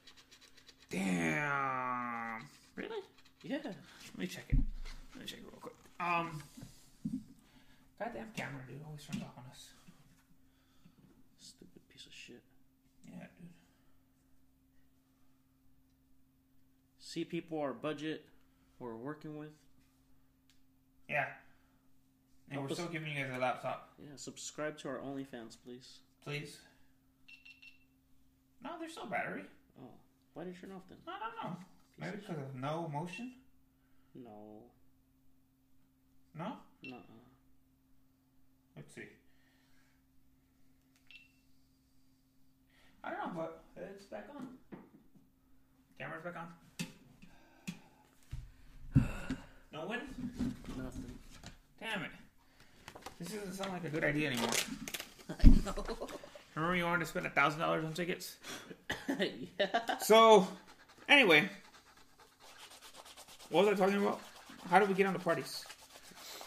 [SPEAKER 5] Damn. Really?
[SPEAKER 4] Yeah.
[SPEAKER 5] Let me check it. Let me check it real quick. Um. Goddamn camera, dude. Always turns off on us.
[SPEAKER 4] Stupid piece of shit.
[SPEAKER 5] Yeah, dude.
[SPEAKER 4] See people our budget we're working with.
[SPEAKER 5] Yeah. And
[SPEAKER 4] Help
[SPEAKER 5] we're
[SPEAKER 4] us-
[SPEAKER 5] still giving you guys a laptop,
[SPEAKER 4] Yeah. Subscribe to our OnlyFans, please.
[SPEAKER 5] please. No, there's no battery.
[SPEAKER 4] Oh, why did it turn off then?
[SPEAKER 5] I don't know. Maybe because of no motion?
[SPEAKER 4] No.
[SPEAKER 5] No?
[SPEAKER 4] No.
[SPEAKER 5] Let's see. I don't know, but it's back on. Camera's back on. No wind?
[SPEAKER 4] Nothing.
[SPEAKER 5] Damn it. This doesn't sound like a good idea anymore. Remember you wanted to spend a thousand dollars on tickets?
[SPEAKER 4] yeah.
[SPEAKER 5] So, anyway, what was I talking about? How do we get on the parties?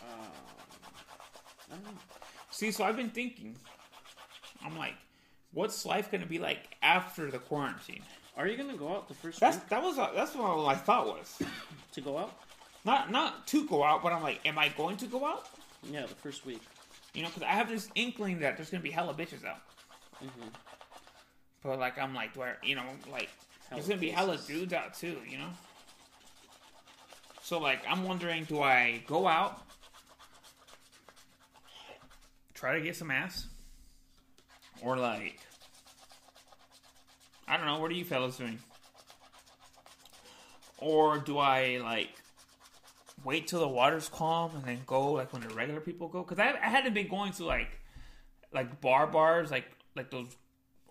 [SPEAKER 4] I don't know.
[SPEAKER 5] See, so I've been thinking. I'm like, what's life gonna be like after the quarantine?
[SPEAKER 4] Are you gonna go out the first
[SPEAKER 5] That's
[SPEAKER 4] week
[SPEAKER 5] that was uh, that's what my thought was.
[SPEAKER 4] to go out?
[SPEAKER 5] Not not to go out, but I'm like, am I going to go out?
[SPEAKER 4] Yeah, the first week.
[SPEAKER 5] You know, because I have this inkling that there's gonna be hella bitches out. But like, I'm like, where you know, like,
[SPEAKER 4] Hella
[SPEAKER 5] there's gonna be hella dudes out too. You know. So like, I'm wondering, do I go out, try to get some ass, or like, I don't know, what are you fellas doing? Or do I like wait till the water's calm and then go like when the regular people go because I, I hadn't been going to like like bar bars like like those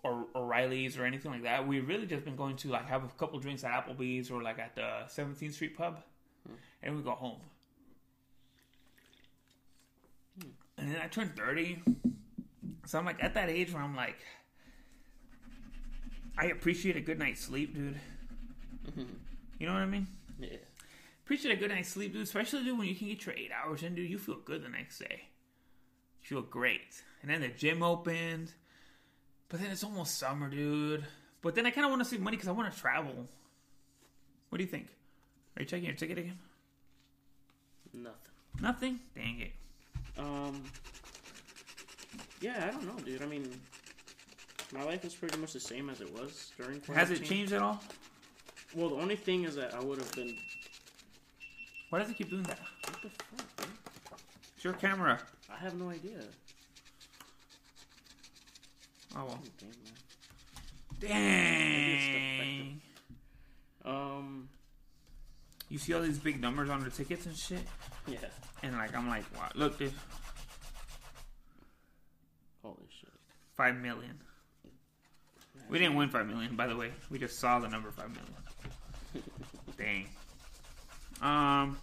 [SPEAKER 5] or O'Reilly's or anything like that. We've really just been going to like have a couple drinks at Applebee's or like at the 17th Street Pub, and we go home. And then I turned 30, so I'm like at that age where I'm like, I appreciate a good night's sleep, dude. You know what I mean?
[SPEAKER 4] Yeah.
[SPEAKER 5] Appreciate a good night's sleep, dude. Especially, dude, when you can get your eight hours in, dude. You feel good the next day. You feel great. And then the gym opened. But then it's almost summer, dude. But then I kind of want to save money because I want to travel. What do you think? Are you checking your ticket again?
[SPEAKER 4] Nothing.
[SPEAKER 5] Nothing? Dang it.
[SPEAKER 4] Um. Yeah, I don't know, dude. I mean, my life is pretty much the same as it was during.
[SPEAKER 5] Has it
[SPEAKER 4] quarantine.
[SPEAKER 5] changed at all?
[SPEAKER 4] Well, the only thing is that I would have been.
[SPEAKER 5] Why does it keep doing that?
[SPEAKER 4] What the fuck? Dude?
[SPEAKER 5] It's your camera.
[SPEAKER 4] I have no idea.
[SPEAKER 5] Oh well.
[SPEAKER 4] Damn, man.
[SPEAKER 5] Dang.
[SPEAKER 4] Um.
[SPEAKER 5] You see all these big numbers on the tickets and shit,
[SPEAKER 4] Yeah.
[SPEAKER 5] and like I'm like, wow, look, dude,
[SPEAKER 4] Holy shit.
[SPEAKER 5] five million. We didn't win five million, by the way. We just saw the number five million. Dang. Um.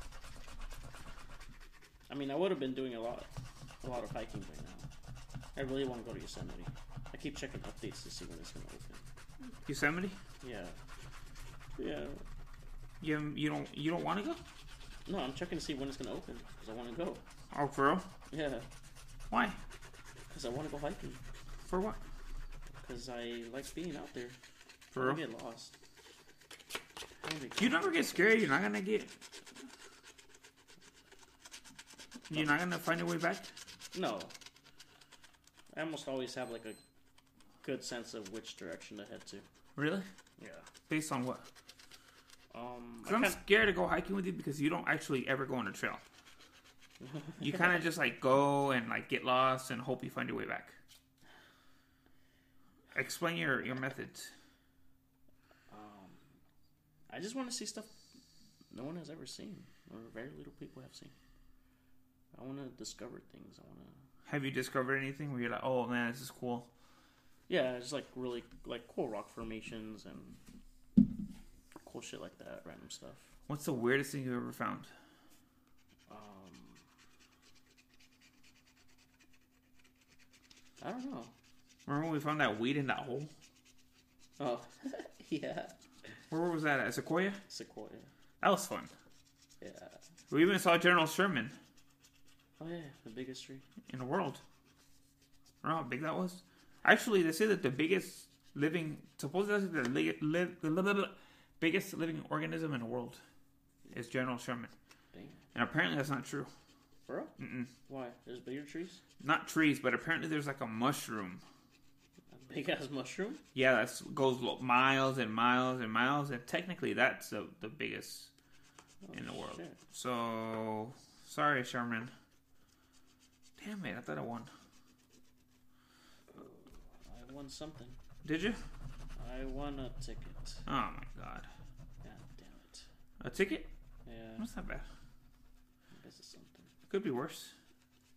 [SPEAKER 4] I mean, I would have been doing a lot, a lot of hiking right now. I really want to go to Yosemite. I keep checking updates to see when it's gonna open.
[SPEAKER 5] Yosemite?
[SPEAKER 4] Yeah. Yeah.
[SPEAKER 5] You you don't you don't want to go?
[SPEAKER 4] No, I'm checking to see when it's gonna open because I want to go.
[SPEAKER 5] Oh, for real?
[SPEAKER 4] Yeah.
[SPEAKER 5] Why?
[SPEAKER 4] Because I want to go hiking.
[SPEAKER 5] For what?
[SPEAKER 4] Because I like being out there. I
[SPEAKER 5] For
[SPEAKER 4] don't
[SPEAKER 5] real?
[SPEAKER 4] get lost. I don't get-
[SPEAKER 5] You never get scared. You're not gonna get. You're not gonna find your way back.
[SPEAKER 4] No. I almost always have like a good sense of which direction to head to.
[SPEAKER 5] Really?
[SPEAKER 4] Yeah.
[SPEAKER 5] Based on what?
[SPEAKER 4] Um. I
[SPEAKER 5] Because I'm
[SPEAKER 4] can't-
[SPEAKER 5] scared to go hiking with you because you don't actually ever go on a trail. You kind of just like go and like get lost and hope you find your way back. Explain your your methods.
[SPEAKER 4] I just want to see stuff no one has ever seen, or very little people have seen. I want to discover things. I want to.
[SPEAKER 5] Have you discovered anything where you're like, oh man, this is cool?
[SPEAKER 4] Yeah, just like really like cool rock formations and cool shit like that, random stuff.
[SPEAKER 5] What's the weirdest thing you've ever found?
[SPEAKER 4] Um, I don't know.
[SPEAKER 5] Remember when we found that weed in that hole?
[SPEAKER 4] Oh, yeah,
[SPEAKER 5] Where was that at? Sequoia?
[SPEAKER 4] Sequoia.
[SPEAKER 5] That was fun.
[SPEAKER 4] Yeah.
[SPEAKER 5] We even saw General Sherman
[SPEAKER 4] Oh yeah, the biggest tree.
[SPEAKER 5] in the world. Remember how big that was? Actually, they say that the biggest living, supposedly the li- li- the li- li- biggest living organism in the world is General Sherman,
[SPEAKER 4] Dang.
[SPEAKER 5] and apparently that's not true.
[SPEAKER 4] Bro. Mm-mm. Why? There's bigger trees.
[SPEAKER 5] Not trees, but apparently there's like a mushroom.
[SPEAKER 4] A big ass mushroom.
[SPEAKER 5] Yeah, that goes lo- miles and miles and miles, and technically that's the, the biggest in the world.
[SPEAKER 4] Oh, shit.
[SPEAKER 5] So sorry, Sherman. Damn it! I thought I won.
[SPEAKER 4] I won something.
[SPEAKER 5] Did you?
[SPEAKER 4] I won a ticket.
[SPEAKER 5] Oh my god.
[SPEAKER 4] God damn it.
[SPEAKER 5] A ticket?
[SPEAKER 4] Yeah,
[SPEAKER 5] That's not bad.
[SPEAKER 4] I guess it's something.
[SPEAKER 5] Could be worse.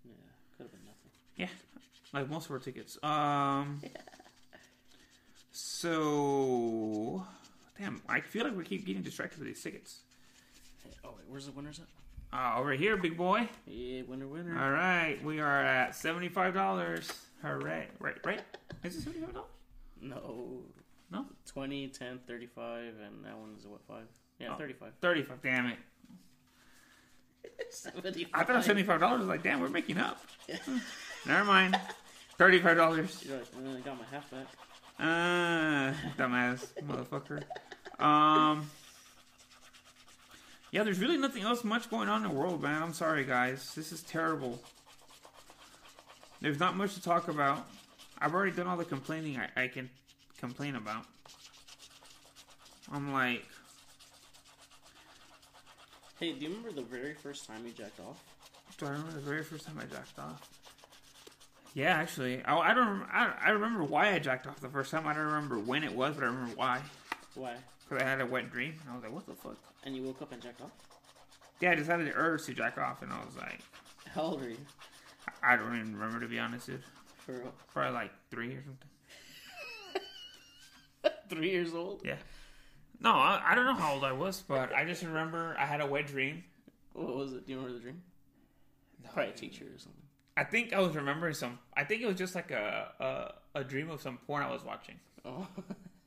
[SPEAKER 4] Yeah, could have been nothing.
[SPEAKER 5] Yeah, like most of our tickets. Um. so, damn, I feel like we keep getting distracted with these tickets.
[SPEAKER 4] Hey, oh wait, where's the winners at?
[SPEAKER 5] Uh, over here, big boy.
[SPEAKER 4] Yeah, winner, winner.
[SPEAKER 5] All right, we are at seventy-five dollars. Hooray! Right, right. Is it seventy-five dollars?
[SPEAKER 4] No.
[SPEAKER 5] No,
[SPEAKER 4] 20, 10, 35, and that one is what, 5? Yeah,
[SPEAKER 5] Oh.
[SPEAKER 4] 35.
[SPEAKER 5] thirty-five. Damn it!
[SPEAKER 4] 75.
[SPEAKER 5] I thought it was seventy-five dollars. Like, damn, we're making up. Never mind. Thirty-five dollars.
[SPEAKER 4] You're like, uh, I got my half back.
[SPEAKER 5] Uh, dumbass motherfucker. Um, yeah, there's really nothing else much going on in the world, man. I'm sorry, guys. This is terrible. There's not much to talk about. I've already done all the complaining I, I can complain about. I'm like,
[SPEAKER 4] Hey, do you remember the very first time you jacked off?
[SPEAKER 5] do I remember the very first time I jacked off? Yeah, actually, I, I don't. I, I remember why I jacked off the first time. I don't remember when it was, but I remember why.
[SPEAKER 4] Why?
[SPEAKER 5] Because I had a wet dream. And I was like, what the fuck?
[SPEAKER 4] And you woke up and jacked off?
[SPEAKER 5] Yeah, I decided to urge to jack off, and I was like,
[SPEAKER 4] How old are you?
[SPEAKER 5] I don't even remember to be honest, dude.
[SPEAKER 4] For real?
[SPEAKER 5] Probably like three or something.
[SPEAKER 4] Three years old?
[SPEAKER 5] Yeah. No, I, I don't know how old I was, but I just remember I had a wet dream.
[SPEAKER 4] What was it? Do you remember the dream? Probably a teacher or something.
[SPEAKER 5] I think I was remembering some. I think it was just like a a, a dream of some porn I was watching.
[SPEAKER 4] Oh.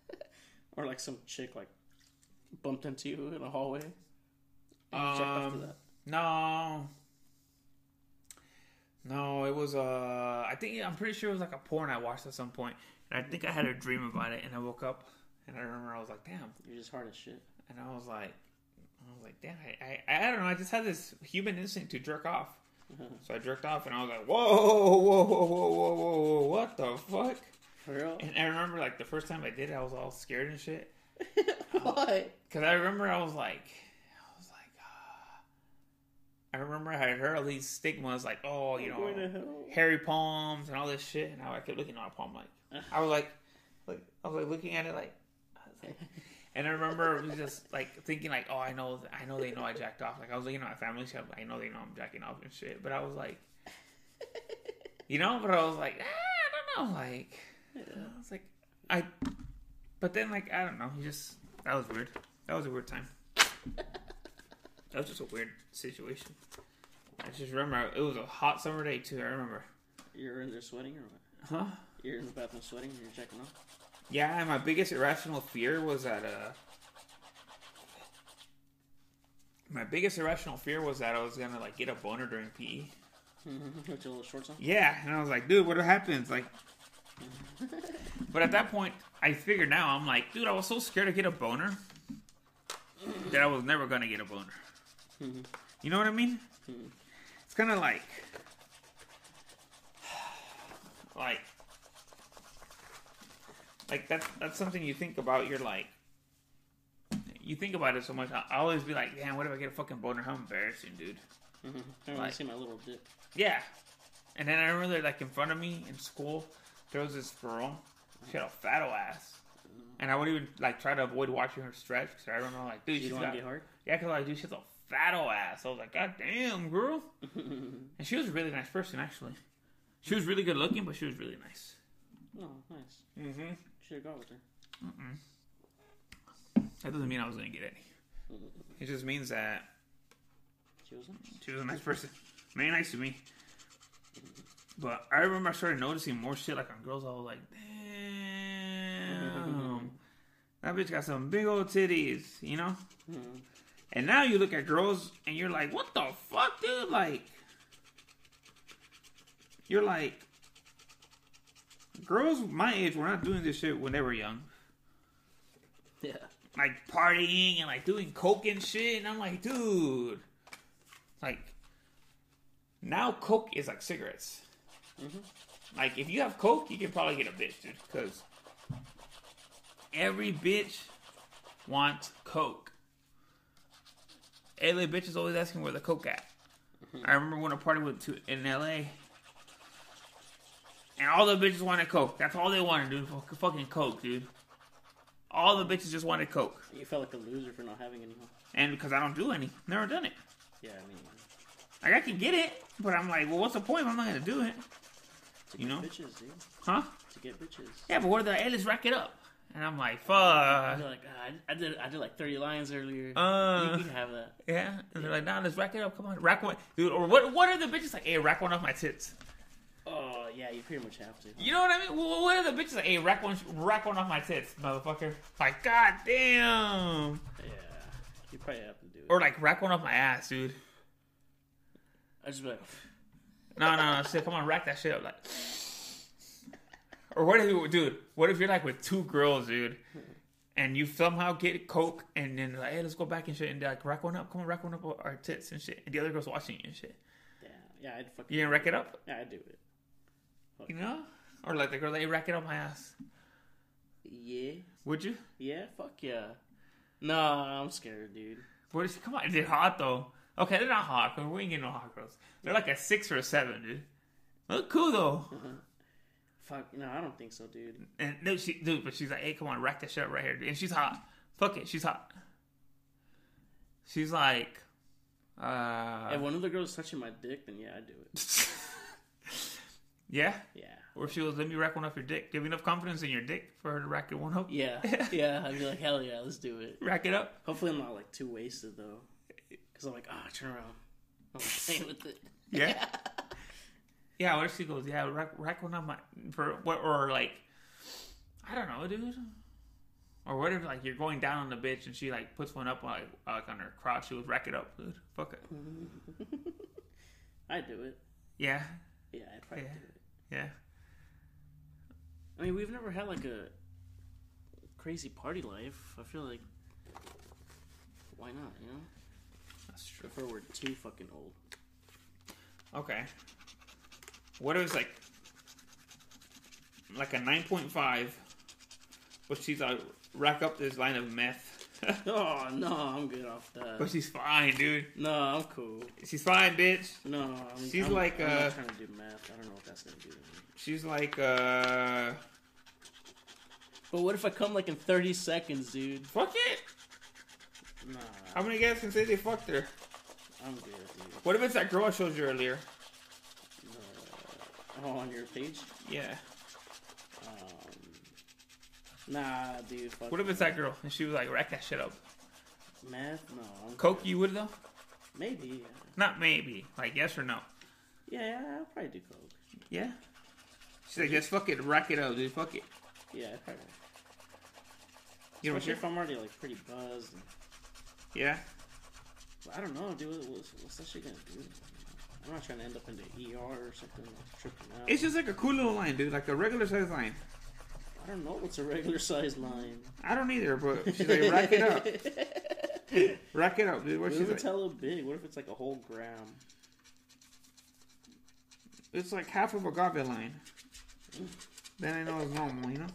[SPEAKER 4] or like some chick like bumped into you in a hallway check after
[SPEAKER 5] Um,
[SPEAKER 4] that.
[SPEAKER 5] No. No, it was uh I think I'm pretty sure it was like a porn I watched at some point. And I think I had a dream about it and I woke up and I remember I was like, damn.
[SPEAKER 4] You're just hard as shit.
[SPEAKER 5] And I was like I was like, damn, I, I I don't know, I just had this human instinct to jerk off. So I jerked off and I was like, whoa, whoa, whoa, whoa, whoa, whoa, whoa, what the fuck?
[SPEAKER 4] For real?
[SPEAKER 5] And I remember like the first time I did it, I was all scared and shit.
[SPEAKER 4] Why?
[SPEAKER 5] Cause I remember I was like, I was like, uh, I remember I had heard all these stigmas, like, oh, you
[SPEAKER 4] Going to
[SPEAKER 5] know,
[SPEAKER 4] hell.
[SPEAKER 5] hairy palms and all this shit, and I, I kept looking at my palm, like, I was like, like, I was like looking at it, like, I was like, and I remember it was just like thinking, like, oh, I know, I know they know I jacked off. Like I was looking at my family, so I know they know I'm jacking off and shit. But I was like, you know, but I was like, ah, I don't know, like, I was like, I, but then like I don't know, he just that was weird. That was a weird time. that was just a weird situation. I just remember it was a hot summer day too. I remember.
[SPEAKER 4] You're in there sweating or what?
[SPEAKER 5] Huh?
[SPEAKER 4] You're in the bathroom sweating. You're checking off.
[SPEAKER 5] Yeah, and my biggest irrational fear was that uh my biggest irrational fear was that I was gonna like get a boner during E. PE.
[SPEAKER 4] Put your little shorts on.
[SPEAKER 5] Yeah, and I was like, dude, what happens? Like, but at that point, I figured now I'm like, dude, I was so scared to get a boner that I was never gonna get a boner. You know what I mean? It's kind of like, like, like that's that's something you think about. You're like, you think about it so much. I I always be like, damn, what if I get a fucking boner? How embarrassing, dude.
[SPEAKER 4] I don't
[SPEAKER 5] Right.
[SPEAKER 4] Oh, see my little dick.
[SPEAKER 5] Yeah. And then I remember, like, in front of me in school, there was this girl. She had a fat old ass. And I would even, like, try to avoid watching her stretch because I remember, like, dude,
[SPEAKER 4] You
[SPEAKER 5] she's
[SPEAKER 4] don't want
[SPEAKER 5] got.
[SPEAKER 4] to get hard.
[SPEAKER 5] Yeah, because, like, dude, she's a fat old ass. I was like, God damn, girl. and she was a really nice person, actually. She was really good looking, but she was really nice.
[SPEAKER 4] No, nice. Mm-hmm. Should have gone with her.
[SPEAKER 5] That doesn't mean I was going to get any. It just means that
[SPEAKER 4] She was nice.
[SPEAKER 5] She was a nice person. Very nice to me. But I remember I started noticing more shit like on girls. I was like, damn. that bitch got some big old titties, you know? And now you look at girls and you're like, what the fuck, dude? Like, you're like, girls my age were not doing this shit when they were young
[SPEAKER 4] Yeah.
[SPEAKER 5] like partying and like doing coke and shit, and I'm like, dude, like now coke is like cigarettes. Like if you have coke, you can probably get a bitch, dude, because every bitch wants coke. LA bitch is always asking where the coke at. I remember when I partied with two in LA. And all the bitches wanted coke. That's all they wanted, dude. Fuck- Fucking coke, dude. All the bitches just wanted coke.
[SPEAKER 4] You felt like a loser for not having any. huh?
[SPEAKER 5] And because I don't do any, never done it.
[SPEAKER 4] Yeah, I mean,
[SPEAKER 5] Like I can get it, but I'm like, well, what's the point? if I'm not gonna do it,
[SPEAKER 4] to get
[SPEAKER 5] You know?
[SPEAKER 4] bitches, dude.
[SPEAKER 5] huh?
[SPEAKER 4] To get bitches.
[SPEAKER 5] Yeah, but where the Ellis rack it up? And I'm like,
[SPEAKER 4] They're
[SPEAKER 5] fuck.
[SPEAKER 4] like, ah, I- I did, I did like 30 lines earlier.
[SPEAKER 5] Uh.
[SPEAKER 4] you can have that.
[SPEAKER 5] Yeah, and they're like, nah, let's rack it up. Come on, rack one, dude. Or what? What are the bitches like? Hey, rack one off my tits.
[SPEAKER 4] Oh yeah, you pretty much have to.
[SPEAKER 5] You know what I mean? Well, what are the bitches like? Hey, rack one, rack one off my tits, motherfucker. Like, goddamn.
[SPEAKER 4] Yeah, you probably have to do it.
[SPEAKER 5] Or like, rack one off my ass, dude.
[SPEAKER 4] I just be like,
[SPEAKER 5] No, no, no. Shit, come on, rack that shit up, like. Or what if, you, dude? What if you're like with two girls, dude, and you somehow get coke, and then like, hey, let's go back and shit, and they're like, rack one up, come on, rack one up our tits and shit, and the other girls watching you and shit.
[SPEAKER 4] damn, yeah, I'd fucking.
[SPEAKER 5] You gonna rack it up,
[SPEAKER 4] Yeah, I'd do it.
[SPEAKER 5] you know? Or like the girl, hey, rack it up my ass.
[SPEAKER 4] Yeah,
[SPEAKER 5] Would you?
[SPEAKER 4] yeah, fuck yeah. Nah, I'm scared, dude.
[SPEAKER 5] What is? Come on, they're hot though. Okay, they're not hot. 'cause We ain't getting no hot girls. They're like a six or a seven, dude. Look cool though.
[SPEAKER 4] Fuck, no, I don't think so, dude.
[SPEAKER 5] And no, she, dude, but she's like, hey, come on, rack that shit up right here, dude. And she's hot. Fuck it, she's hot. She's like, uh,
[SPEAKER 4] If one of the girls touching my dick, then yeah, I'd do it.
[SPEAKER 5] yeah.
[SPEAKER 4] Yeah,
[SPEAKER 5] Or if she was, let me rack one up your dick. Give me enough confidence in your dick for her to rack it one up.
[SPEAKER 4] yeah, yeah. I'd be like, hell yeah, let's do it.
[SPEAKER 5] Rack it up.
[SPEAKER 4] Hopefully, I'm not like too wasted though, because I'm like, ah, turn around. I'm like, playing with it.
[SPEAKER 5] Yeah. yeah. What if she goes, yeah, rack, rack one up my for what? Or like, I don't know, dude. Or what if like you're going down on the bitch and she like puts one up like, like on her crotch? She was rack it up, dude. Fuck it.
[SPEAKER 4] I do it.
[SPEAKER 5] Yeah,
[SPEAKER 4] Yeah, I probably
[SPEAKER 5] Yeah.
[SPEAKER 4] do it.
[SPEAKER 5] yeah.
[SPEAKER 4] I mean, we've never had like a crazy party life. I feel like why not? You know,
[SPEAKER 5] That's true.
[SPEAKER 4] if we're too fucking old.
[SPEAKER 5] Okay. What if it's like like a nine point five, but she's like rack up this line of meth.
[SPEAKER 4] Oh no, I'm good off
[SPEAKER 5] but
[SPEAKER 4] that.
[SPEAKER 5] she's fine, dude.
[SPEAKER 4] No, I'm cool.
[SPEAKER 5] She's fine, bitch.
[SPEAKER 4] No, I mean,
[SPEAKER 5] She's
[SPEAKER 4] I'm,
[SPEAKER 5] like,
[SPEAKER 4] I'm
[SPEAKER 5] uh,
[SPEAKER 4] not trying to do math. I don't know what that's gonna do. to me.
[SPEAKER 5] She's like uh
[SPEAKER 4] But what if I come like in 30 seconds, dude?
[SPEAKER 5] fuck it.
[SPEAKER 4] Nah,
[SPEAKER 5] How many guys can say they fucked her?
[SPEAKER 4] I'm good, dude.
[SPEAKER 5] What if it's that girl I showed you earlier?
[SPEAKER 4] Oh, on your page?
[SPEAKER 5] Yeah.
[SPEAKER 4] Um, nah, dude. Fuck
[SPEAKER 5] What if it's
[SPEAKER 4] no.
[SPEAKER 5] that girl and she was like rack that shit up?
[SPEAKER 4] math? No, I'm
[SPEAKER 5] Coke, you would though?
[SPEAKER 4] maybe.
[SPEAKER 5] Not maybe. Like yes or no?
[SPEAKER 4] Yeah, yeah, I'll probably do coke.
[SPEAKER 5] Yeah. She's like, just fuck it, rack it up, dude. Fuck it.
[SPEAKER 4] Yeah, I probably.
[SPEAKER 5] You know what
[SPEAKER 4] Especially
[SPEAKER 5] you're
[SPEAKER 4] if I'm already like pretty buzzed. And,
[SPEAKER 5] Yeah.
[SPEAKER 4] I don't know, dude. What's, what's that shit gonna do? I'm not trying to end up in the ER or something, like tripping out.
[SPEAKER 5] It's just like a cool little line, dude. Like a regular size line.
[SPEAKER 4] I don't know what's a regular size line.
[SPEAKER 5] I don't either, but she's like, rack it up. Rack it up, dude. What
[SPEAKER 4] What
[SPEAKER 5] she's
[SPEAKER 4] if
[SPEAKER 5] like?
[SPEAKER 4] it's hella big? What if it's like a whole gram?
[SPEAKER 5] it's like half of a agave line. Then I know it's normal, you know?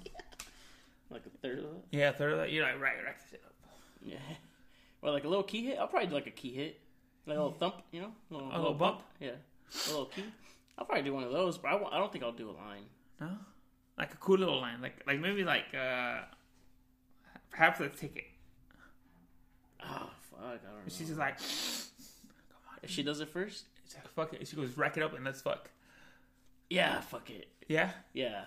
[SPEAKER 4] Like a third of that?
[SPEAKER 5] Yeah, third of that. You're like, rack, rack it up.
[SPEAKER 4] Yeah. Or like a little key hit. I'll probably do like a key hit. Like a little thump, you know? A little,
[SPEAKER 5] little bump?
[SPEAKER 4] Yeah. A little key. I'll probably do one of those, but I w- I don't think I'll do a line.
[SPEAKER 5] No? Like a cool little line. Like, like maybe like uh, half the ticket.
[SPEAKER 4] Oh, fuck. I don't know.
[SPEAKER 5] She's just like,
[SPEAKER 4] if she does it first?
[SPEAKER 5] she's like, fuck it. She goes, rack it up and let's fuck.
[SPEAKER 4] Yeah, fuck it.
[SPEAKER 5] Yeah?
[SPEAKER 4] Yeah.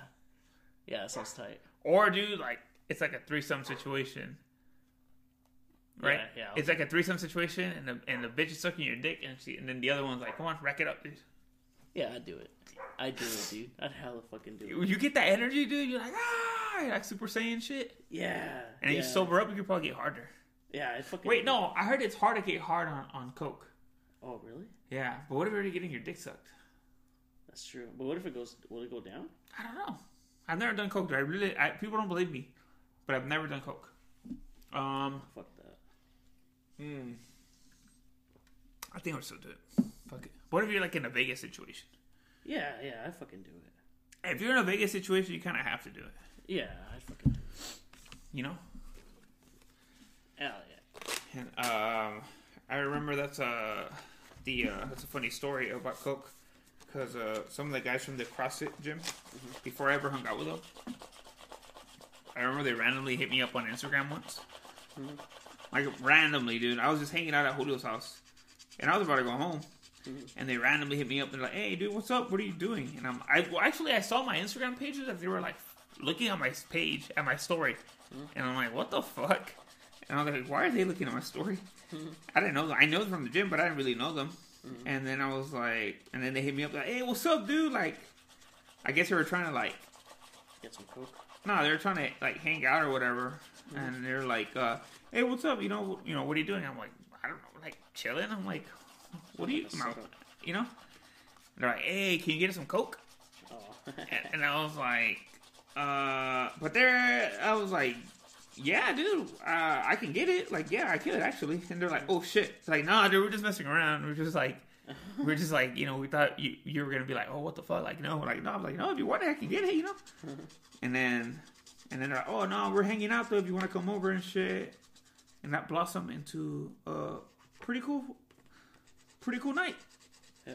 [SPEAKER 4] Yeah, that sounds tight.
[SPEAKER 5] Or do like, it's like a threesome situation. Right?
[SPEAKER 4] Yeah, yeah.
[SPEAKER 5] It's like a threesome situation, and the, and the bitch is sucking your dick, and she, and then the other one's like, "Come on, rack it up, dude."
[SPEAKER 4] Yeah, I'd do it. I'd do it, dude. I'd hella fucking do it.
[SPEAKER 5] You get that energy, dude. You're like, ah, you're like Super Saiyan shit.
[SPEAKER 4] Yeah.
[SPEAKER 5] And
[SPEAKER 4] yeah.
[SPEAKER 5] you sober up, you could probably get harder.
[SPEAKER 4] Yeah, I fucking.
[SPEAKER 5] Wait, no, I heard it's hard to get hard on, on coke.
[SPEAKER 4] Oh, really?
[SPEAKER 5] Yeah, but what if you're already getting your dick sucked?
[SPEAKER 4] That's true. But what if it goes. Will it go down?
[SPEAKER 5] I don't know. I've never done coke. dude. I really, I, people don't believe me, but I've never done coke. Um,
[SPEAKER 4] Fuck that.
[SPEAKER 5] I think I'll still do it. Fuck it. What if you're like in a Vegas situation?
[SPEAKER 4] Yeah, yeah, I fucking do it.
[SPEAKER 5] If you're in a Vegas situation, you kind of have to do it.
[SPEAKER 4] Yeah, I fucking do it.
[SPEAKER 5] You know.
[SPEAKER 4] Hell yeah.
[SPEAKER 5] And um, I remember that's uh the uh, that's a funny story about Coke, because uh, some of the guys from the CrossFit gym, before I ever hung out with them, I remember they randomly hit me up on Instagram once, like randomly, dude. I was just hanging out at Julio's house, and I was about to go home. And they randomly hit me up. They're like, "Hey, dude, what's up? What are you doing?" And I'm, I well, actually, I saw my Instagram pages that they were like looking at my page at my story, and I'm like, "What the fuck?" And I was like, why are they looking at my story? I didn't know them. I know them from the gym, but I didn't really know them.
[SPEAKER 4] Mm-hmm.
[SPEAKER 5] And then I was like, and then they hit me up like, hey, what's up, dude? Like, I guess they were trying to like,
[SPEAKER 4] Get some coke.
[SPEAKER 5] no, they were trying to like hang out or whatever.
[SPEAKER 4] Mm-hmm.
[SPEAKER 5] And they're like, uh, hey, what's up? You know, you know, what are you doing? I'm like, I don't know, like chilling. I'm like, what are you,
[SPEAKER 4] Like a sucker.
[SPEAKER 5] you know? And they're like, hey, can you get us some coke?
[SPEAKER 4] Oh.
[SPEAKER 5] and, and I was like, uh, but there, I was like, yeah, dude, uh, I can get it. Like, yeah, I could actually. And they're like, oh shit. It's like, nah, dude, we're just messing around. We're just like, we're just like, you know, we thought you you were gonna be like, oh, what the fuck? Like, no, like, no. I'm like, no, if you want it, I can get it, you know. and then, and then they're like, oh no, we're hanging out though. If you want to come over and shit, and that blossomed into a pretty cool, pretty cool night.
[SPEAKER 4] yeah.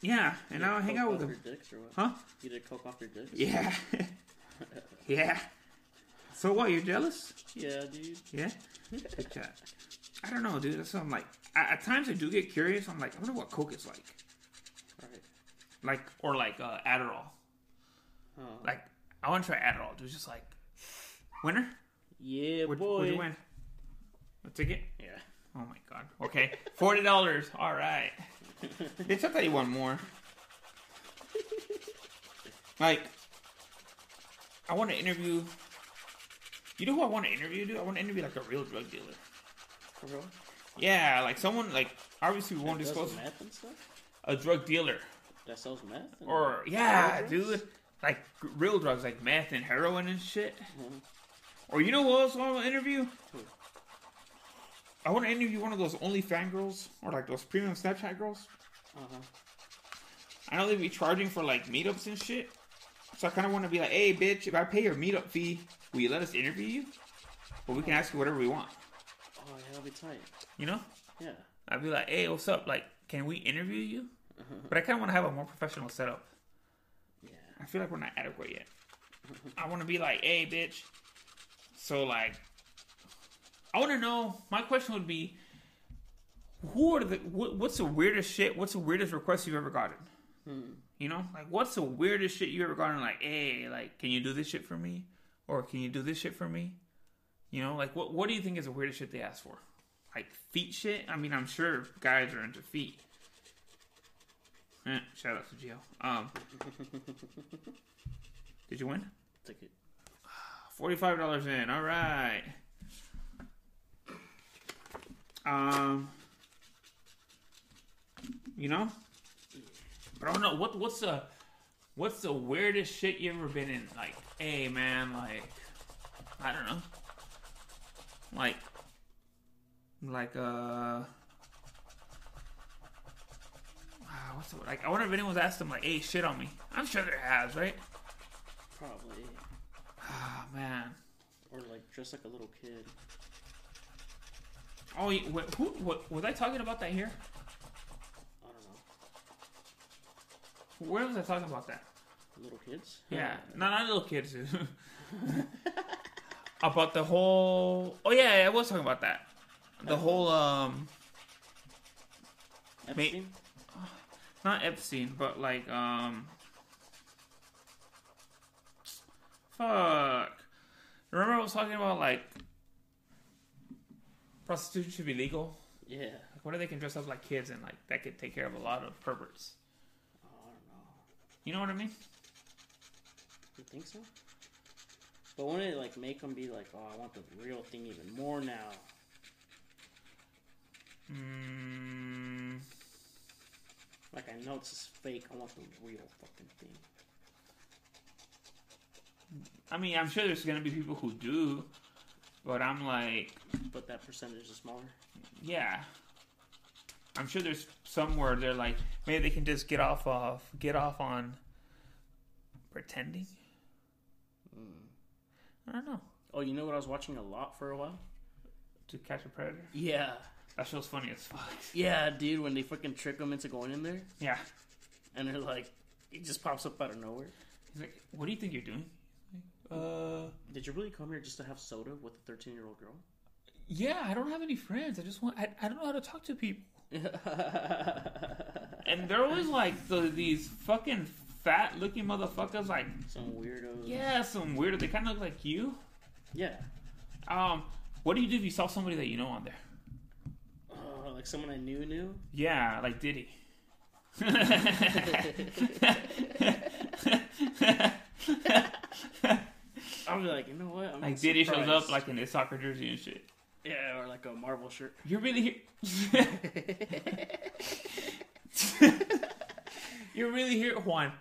[SPEAKER 5] Yeah, and now I hang
[SPEAKER 4] Coke
[SPEAKER 5] out
[SPEAKER 4] off
[SPEAKER 5] with them,
[SPEAKER 4] Your dicks or what?
[SPEAKER 5] huh?
[SPEAKER 4] You did coke off your dicks?
[SPEAKER 5] Yeah. yeah. So what, you're jealous?
[SPEAKER 4] Yeah, dude.
[SPEAKER 5] Yeah? Good job. I don't know, dude. That's what I'm like. I, at times I do get curious. I'm like, I wonder what Coke is like.
[SPEAKER 4] Alright.
[SPEAKER 5] Like, or like uh, Adderall.
[SPEAKER 4] Oh.
[SPEAKER 5] Like, I want to try Adderall, dude. Just like, winner?
[SPEAKER 4] Yeah,
[SPEAKER 5] What'd,
[SPEAKER 4] boy.
[SPEAKER 5] what'd you win? A ticket?
[SPEAKER 4] Yeah.
[SPEAKER 5] Oh my god. Okay. $40. All right. Bitch, I thought you won more. Like, I want to interview You know who I want to interview, dude? I want to interview like a real drug dealer.
[SPEAKER 4] For real?
[SPEAKER 5] Yeah, like someone like obviously we won't
[SPEAKER 4] That does
[SPEAKER 5] disclose
[SPEAKER 4] meth and stuff?
[SPEAKER 5] a drug dealer
[SPEAKER 4] That sells meth? and-
[SPEAKER 5] or yeah,
[SPEAKER 4] Drugs?
[SPEAKER 5] dude, like g- real drugs like meth and heroin and shit.
[SPEAKER 4] Uh-huh.
[SPEAKER 5] Or you know who else I want to interview?
[SPEAKER 4] Who?
[SPEAKER 5] I want to interview one of those OnlyFans girls or like those premium Snapchat girls.
[SPEAKER 4] Uh-huh.
[SPEAKER 5] I know they be charging for like meetups and shit. So I kind of want to be like, hey, bitch, if I pay your meetup fee, will you let us interview you? But we can ask you whatever we want.
[SPEAKER 4] Oh, yeah, that'll be tight.
[SPEAKER 5] You know?
[SPEAKER 4] Yeah.
[SPEAKER 5] I'd be like, hey, what's up? Like, can we interview you? But I kind of want to have a more professional setup.
[SPEAKER 4] Yeah.
[SPEAKER 5] I feel like we're not adequate yet. I want to be like, hey, bitch. So, like, I want to know. My question would be, who are the? What, what's the weirdest shit? What's the weirdest request you've ever gotten? You know, like, what's the weirdest shit you ever gotten? Like, hey, like, can you do this shit for me? Or can you do this shit for me? You know, like, what what do you think is the weirdest shit they ask for? Like feet shit. I mean, I'm sure guys are into feet. Eh, shout out to Gio. Um, did you win?
[SPEAKER 4] Take it.
[SPEAKER 5] Forty-five dollars in. All right. Um, you know, but I don't know what what's the what's the weirdest shit you ever been in? Like, hey man, like I don't know, like like uh. ah, What's the, like? I wonder if anyone's asked them like, "Hey, shit on me." I'm sure there has, right?
[SPEAKER 4] Probably.
[SPEAKER 5] Oh man,
[SPEAKER 4] Or, like, dress like a little kid.
[SPEAKER 5] Oh, yeah, wh- who, what, was I talking about that here?
[SPEAKER 4] I don't know.
[SPEAKER 5] Where was I talking about that?
[SPEAKER 4] Little kids?
[SPEAKER 5] Yeah, no, not little kids. dude. about the whole. Oh yeah, yeah, I was talking about that. The whole um,
[SPEAKER 4] Epstein?
[SPEAKER 5] not Epstein, but like um, fuck. Remember I was talking about like prostitution should be legal.
[SPEAKER 4] Yeah.
[SPEAKER 5] Like, what if they can dress up like kids and like that could take care of a lot of perverts?
[SPEAKER 4] Oh, I don't know.
[SPEAKER 5] You know what I mean?
[SPEAKER 4] You think so? But wouldn't it like make them be like, oh, I want the real thing even more now?
[SPEAKER 5] Mm,
[SPEAKER 4] Like I know this is fake. I want the real fucking thing.
[SPEAKER 5] I mean, I'm sure there's gonna be people who do, but I'm like,
[SPEAKER 4] But that percentage is smaller.
[SPEAKER 5] yeah. I'm sure there's somewhere they're like, maybe they can just get off off get off on pretending. I don't know.
[SPEAKER 4] Oh, you know what I was watching a lot for a while?
[SPEAKER 5] To catch a predator.
[SPEAKER 4] Yeah,
[SPEAKER 5] That show's funny as fuck.
[SPEAKER 4] yeah, dude. When they fucking trick them into going in there,
[SPEAKER 5] Yeah.
[SPEAKER 4] and they're like, it just pops up out of nowhere.
[SPEAKER 5] He's like, what do you think you're doing? Uh,
[SPEAKER 4] Did you really come here just to have soda with a thirteen-year-old girl?
[SPEAKER 5] yeah. I don't have any friends. I just want. I, I don't know how to talk to people. And they're always like the, these fucking fat looking motherfuckers. Like,
[SPEAKER 4] Some weirdo.
[SPEAKER 5] yeah, some weirdo. They kind of look like you.
[SPEAKER 4] Yeah.
[SPEAKER 5] Um, what do you do if you saw somebody that you know on there?
[SPEAKER 4] Oh, like someone I knew knew.
[SPEAKER 5] Yeah, like Diddy.
[SPEAKER 4] I'll be like, you know what? I'm
[SPEAKER 5] like Diddy shows up
[SPEAKER 4] surprised.
[SPEAKER 5] like in his soccer jersey and shit.
[SPEAKER 4] yeah, or like a Marvel shirt.
[SPEAKER 5] You're really here. you're really here, Juan.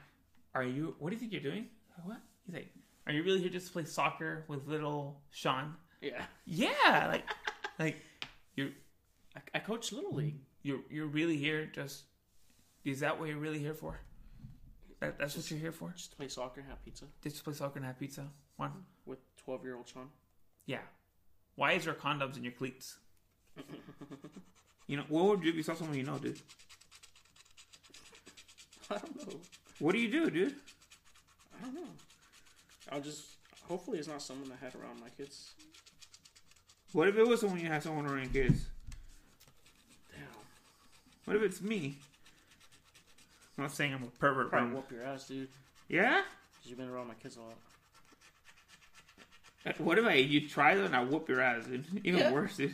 [SPEAKER 5] Are you? What do you think you're doing? What? He's like, are you really here just to play soccer with little Sean?
[SPEAKER 4] Yeah.
[SPEAKER 5] Yeah, like, like you're
[SPEAKER 4] I, I coach Little League.
[SPEAKER 5] you're you're really here just. Is that what you're really here for? That, that's what you're here for?
[SPEAKER 4] Just play soccer and have pizza
[SPEAKER 5] Did you play soccer and have pizza? One.
[SPEAKER 4] with 12 year old Sean.
[SPEAKER 5] Yeah. Why is there condoms in your cleats? you know, what would you do if you saw someone you know, dude?
[SPEAKER 4] I don't know.
[SPEAKER 5] What do you do, dude?
[SPEAKER 4] I don't know. I'll just. Hopefully, it's not someone I had around my kids.
[SPEAKER 5] What if it was someone you had someone around your kids?
[SPEAKER 4] Damn.
[SPEAKER 5] What if it's me? I'm not saying I'm a pervert, but
[SPEAKER 4] Probably
[SPEAKER 5] I'm,
[SPEAKER 4] whoop your ass, dude.
[SPEAKER 5] yeah.
[SPEAKER 4] 'cause you've been around my kids a lot.
[SPEAKER 5] What if I you try though and I whoop your ass, dude? Even
[SPEAKER 4] Yeah.
[SPEAKER 5] worse, dude.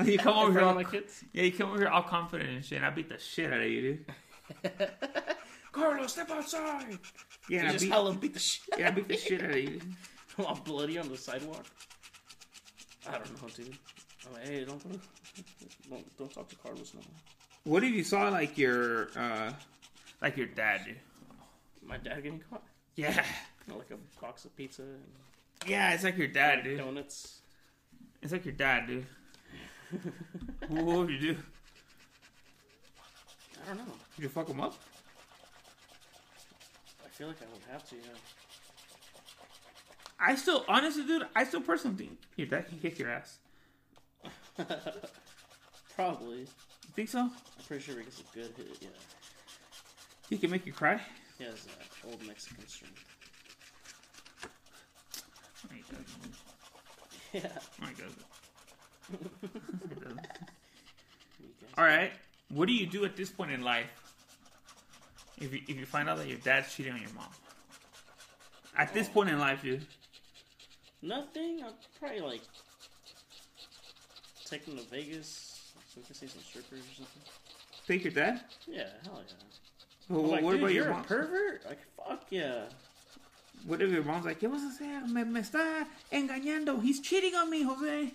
[SPEAKER 5] Like, you come over
[SPEAKER 4] In
[SPEAKER 5] here,
[SPEAKER 4] front of
[SPEAKER 5] all,
[SPEAKER 4] my kids?
[SPEAKER 5] yeah, you come over here all confident and shit. And I beat the shit out of you, dude.
[SPEAKER 4] Carlos, step outside!
[SPEAKER 5] Yeah,
[SPEAKER 4] You
[SPEAKER 5] and I
[SPEAKER 4] just
[SPEAKER 5] beat,
[SPEAKER 4] hell and beat the shit.
[SPEAKER 5] yeah, I beat the shit out of you. dude.
[SPEAKER 4] I'm bloody on the sidewalk. I don't know, dude. I'm like, hey, don't go to, don't don't talk to Carlos no more.
[SPEAKER 5] What if you saw like your uh like your dad? dude?
[SPEAKER 4] My dad getting caught.
[SPEAKER 5] Yeah,
[SPEAKER 4] You know, like a box of pizza and
[SPEAKER 5] yeah, it's like your dad, dude.
[SPEAKER 4] donuts.
[SPEAKER 5] It's like your dad, dude. what would you do?
[SPEAKER 4] I don't know.
[SPEAKER 5] Would you fuck him up?
[SPEAKER 4] I feel like I would have to. Yeah.
[SPEAKER 5] I still, honestly, dude, I still personally think your dad can kick your ass.
[SPEAKER 4] Probably.
[SPEAKER 5] You think so?
[SPEAKER 4] I'm pretty sure he gets a good hit. Yeah.
[SPEAKER 5] He can make you cry.
[SPEAKER 4] He has uh, old Mexican strength.
[SPEAKER 5] No, he doesn't.
[SPEAKER 4] Yeah.
[SPEAKER 5] No, he doesn't. He doesn't.
[SPEAKER 4] You guys-
[SPEAKER 5] All right. What do you do at this point in life if you, if you find out that your dad's cheating on your mom? At this point in life, dude.
[SPEAKER 4] Nothing. I'm probably like take them to Vegas so we can see some strippers or something.
[SPEAKER 5] Take your dad.
[SPEAKER 4] Yeah, hell yeah.
[SPEAKER 5] Well,
[SPEAKER 4] I'm like,
[SPEAKER 5] what
[SPEAKER 4] dude,
[SPEAKER 5] about
[SPEAKER 4] you're
[SPEAKER 5] your
[SPEAKER 4] a
[SPEAKER 5] mom?
[SPEAKER 4] pervert? Like, fuck yeah.
[SPEAKER 5] What if your mom's like, ¿Qué vas a hacer? Me, me está engañando. He's cheating on me, Jose.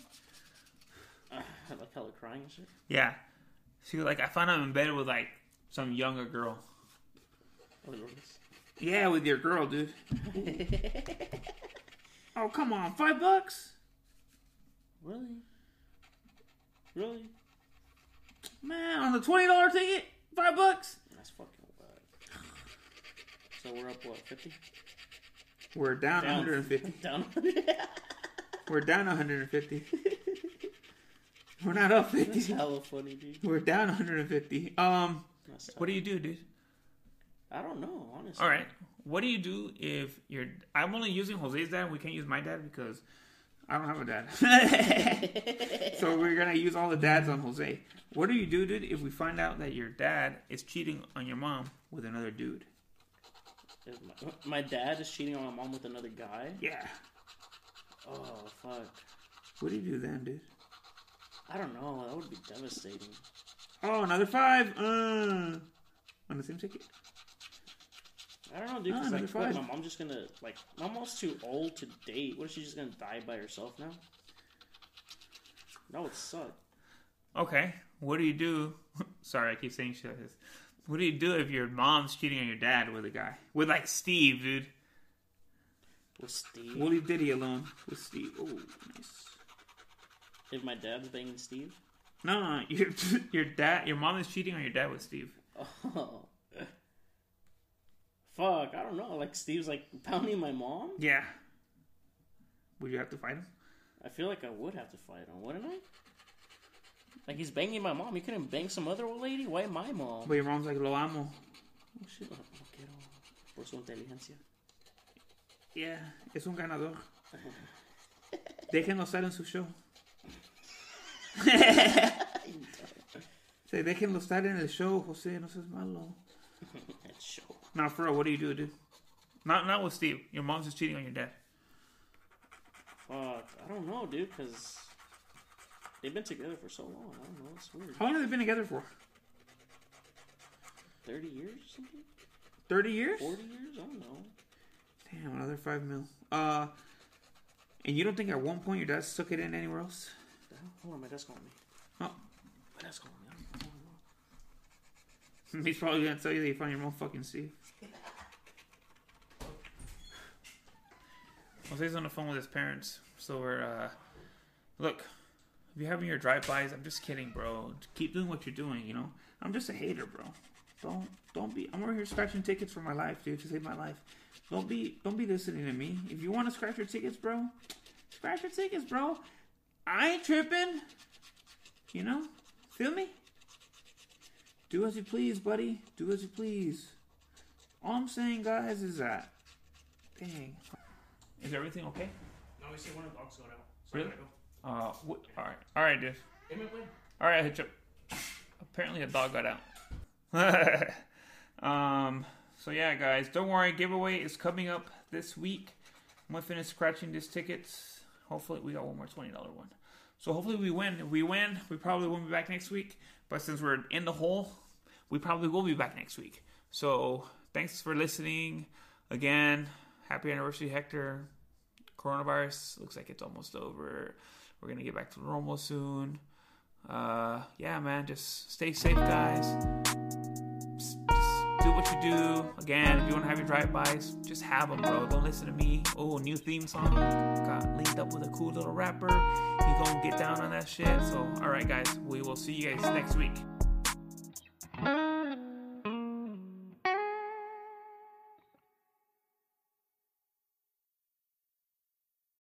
[SPEAKER 4] I like how they're crying and shit.
[SPEAKER 5] Yeah. She was like, I found him in bed with like some younger girl.
[SPEAKER 4] Oh, they wrote this.
[SPEAKER 5] Yeah, with your girl, dude. oh, come on. Five bucks?
[SPEAKER 4] Really? Really?
[SPEAKER 5] Man, on the $20 ticket? Five bucks?
[SPEAKER 4] That's fucking wild. So we're up, what, 50?
[SPEAKER 5] We're down,
[SPEAKER 4] Down.
[SPEAKER 5] 150.
[SPEAKER 4] Down?
[SPEAKER 5] We're down 150. We're not up
[SPEAKER 4] That's
[SPEAKER 5] 50.
[SPEAKER 4] hella funny, dude.
[SPEAKER 5] We're down 150. Um,
[SPEAKER 4] That's
[SPEAKER 5] what do you do, dude?
[SPEAKER 4] I don't know, honestly.
[SPEAKER 5] All right. What do you do if you're? I'm only using Jose's dad. We can't use my dad because I don't have a dad. so we're gonna use all the dads on Jose. What do you do, dude, if we find out that your dad is cheating on your mom with another dude?
[SPEAKER 4] If My, my dad is cheating on my mom with another guy?
[SPEAKER 5] Yeah.
[SPEAKER 4] Oh, fuck.
[SPEAKER 5] What do you do then, dude?
[SPEAKER 4] I don't know. That would be devastating.
[SPEAKER 5] Oh, another five. Uh, on the same ticket.
[SPEAKER 4] I don't know, dude.
[SPEAKER 5] Ah,
[SPEAKER 4] 'cause,
[SPEAKER 5] number
[SPEAKER 4] like, what,
[SPEAKER 5] five.
[SPEAKER 4] my mom's just gonna like. My mom's too old to date. What is she just gonna die by herself now? That would suck.
[SPEAKER 5] Okay. What do you do? Sorry, I keep saying shit like this. What do you do if your mom's cheating on your dad with a guy? With like Steve, dude.
[SPEAKER 4] With Steve,
[SPEAKER 5] We'll leave Diddy alone with Steve. Oh, nice.
[SPEAKER 4] if my dad's banging Steve,
[SPEAKER 5] No, no, no, your your dad, your mom is cheating on your dad with Steve.
[SPEAKER 4] oh, fuck, I don't know. Like Steve's like pounding my mom.
[SPEAKER 5] Yeah. Would you have to fight him?
[SPEAKER 4] I feel like I would have to fight him, wouldn't I? Like he's banging my mom. He couldn't bang some other old lady. Why my mom?
[SPEAKER 5] But your mom's like, lo amo.
[SPEAKER 4] Oh, shit. No quiero. Por su inteligencia.
[SPEAKER 5] Yeah, es un ganador. Déjenlo estar en su show. Say, déjenlo estar en el show, Jose, no seas malo.
[SPEAKER 4] That's show.
[SPEAKER 5] Now, for real, what do you do, dude? Not, not with Steve. Your mom's just cheating on your dad.
[SPEAKER 4] Fuck, I don't know, dude, because they've been together for so long. I don't know, it's weird.
[SPEAKER 5] How long have they been together for?
[SPEAKER 4] 30 years or something?
[SPEAKER 5] 30 years?
[SPEAKER 4] 40 years? I don't know.
[SPEAKER 5] Damn, another five mil. Uh, and you don't think at one point your dad stuck it in anywhere else?
[SPEAKER 4] The hell? Hold on, my desk on me.
[SPEAKER 5] Oh,
[SPEAKER 4] My desk on me. I don't- I don't know.
[SPEAKER 5] he's probably gonna tell you that you found your mom fucking Steve. Jose's on the phone with his parents, so we're uh, look. If you're having your drive-bys, I'm just kidding, bro. Keep doing what you're doing. You know, I'm just a hater, bro. Don't don't be. I'm over here scratching tickets for my life, dude, to save my life. Don't be don't be listening to me. If you want to scratch your tickets, bro, scratch your tickets, bro. I ain't tripping. You know, feel me? Do as you please, buddy. Do as you please. All I'm saying, guys, is that. Dang. Is everything okay?
[SPEAKER 4] No, we see one of the dogs going out. So
[SPEAKER 5] Really? Uh, wh- all right, all right, dude.
[SPEAKER 4] Hey, man, wait.
[SPEAKER 5] All right, hit you. Apparently, a dog got out. um. So yeah, guys, don't worry. Giveaway is coming up this week. I'm gonna finish scratching these tickets. Hopefully, we got one more twenty dollar one. So hopefully, we win. If we win, we probably won't be back next week. But since we're in the hole, we probably will be back next week. So thanks for listening. Again, happy anniversary, Hector coronavirus looks like it's almost over. We're gonna get back to normal soon. Uh, yeah, man, just stay safe, guys. Just, just do what you do. Again, if you wanna have your drive-bys, just have them, bro. Don't listen to me. Oh, new theme song got linked up with a cool little rapper. He gonna get down on that shit. So, all right, guys, we will see you guys next week.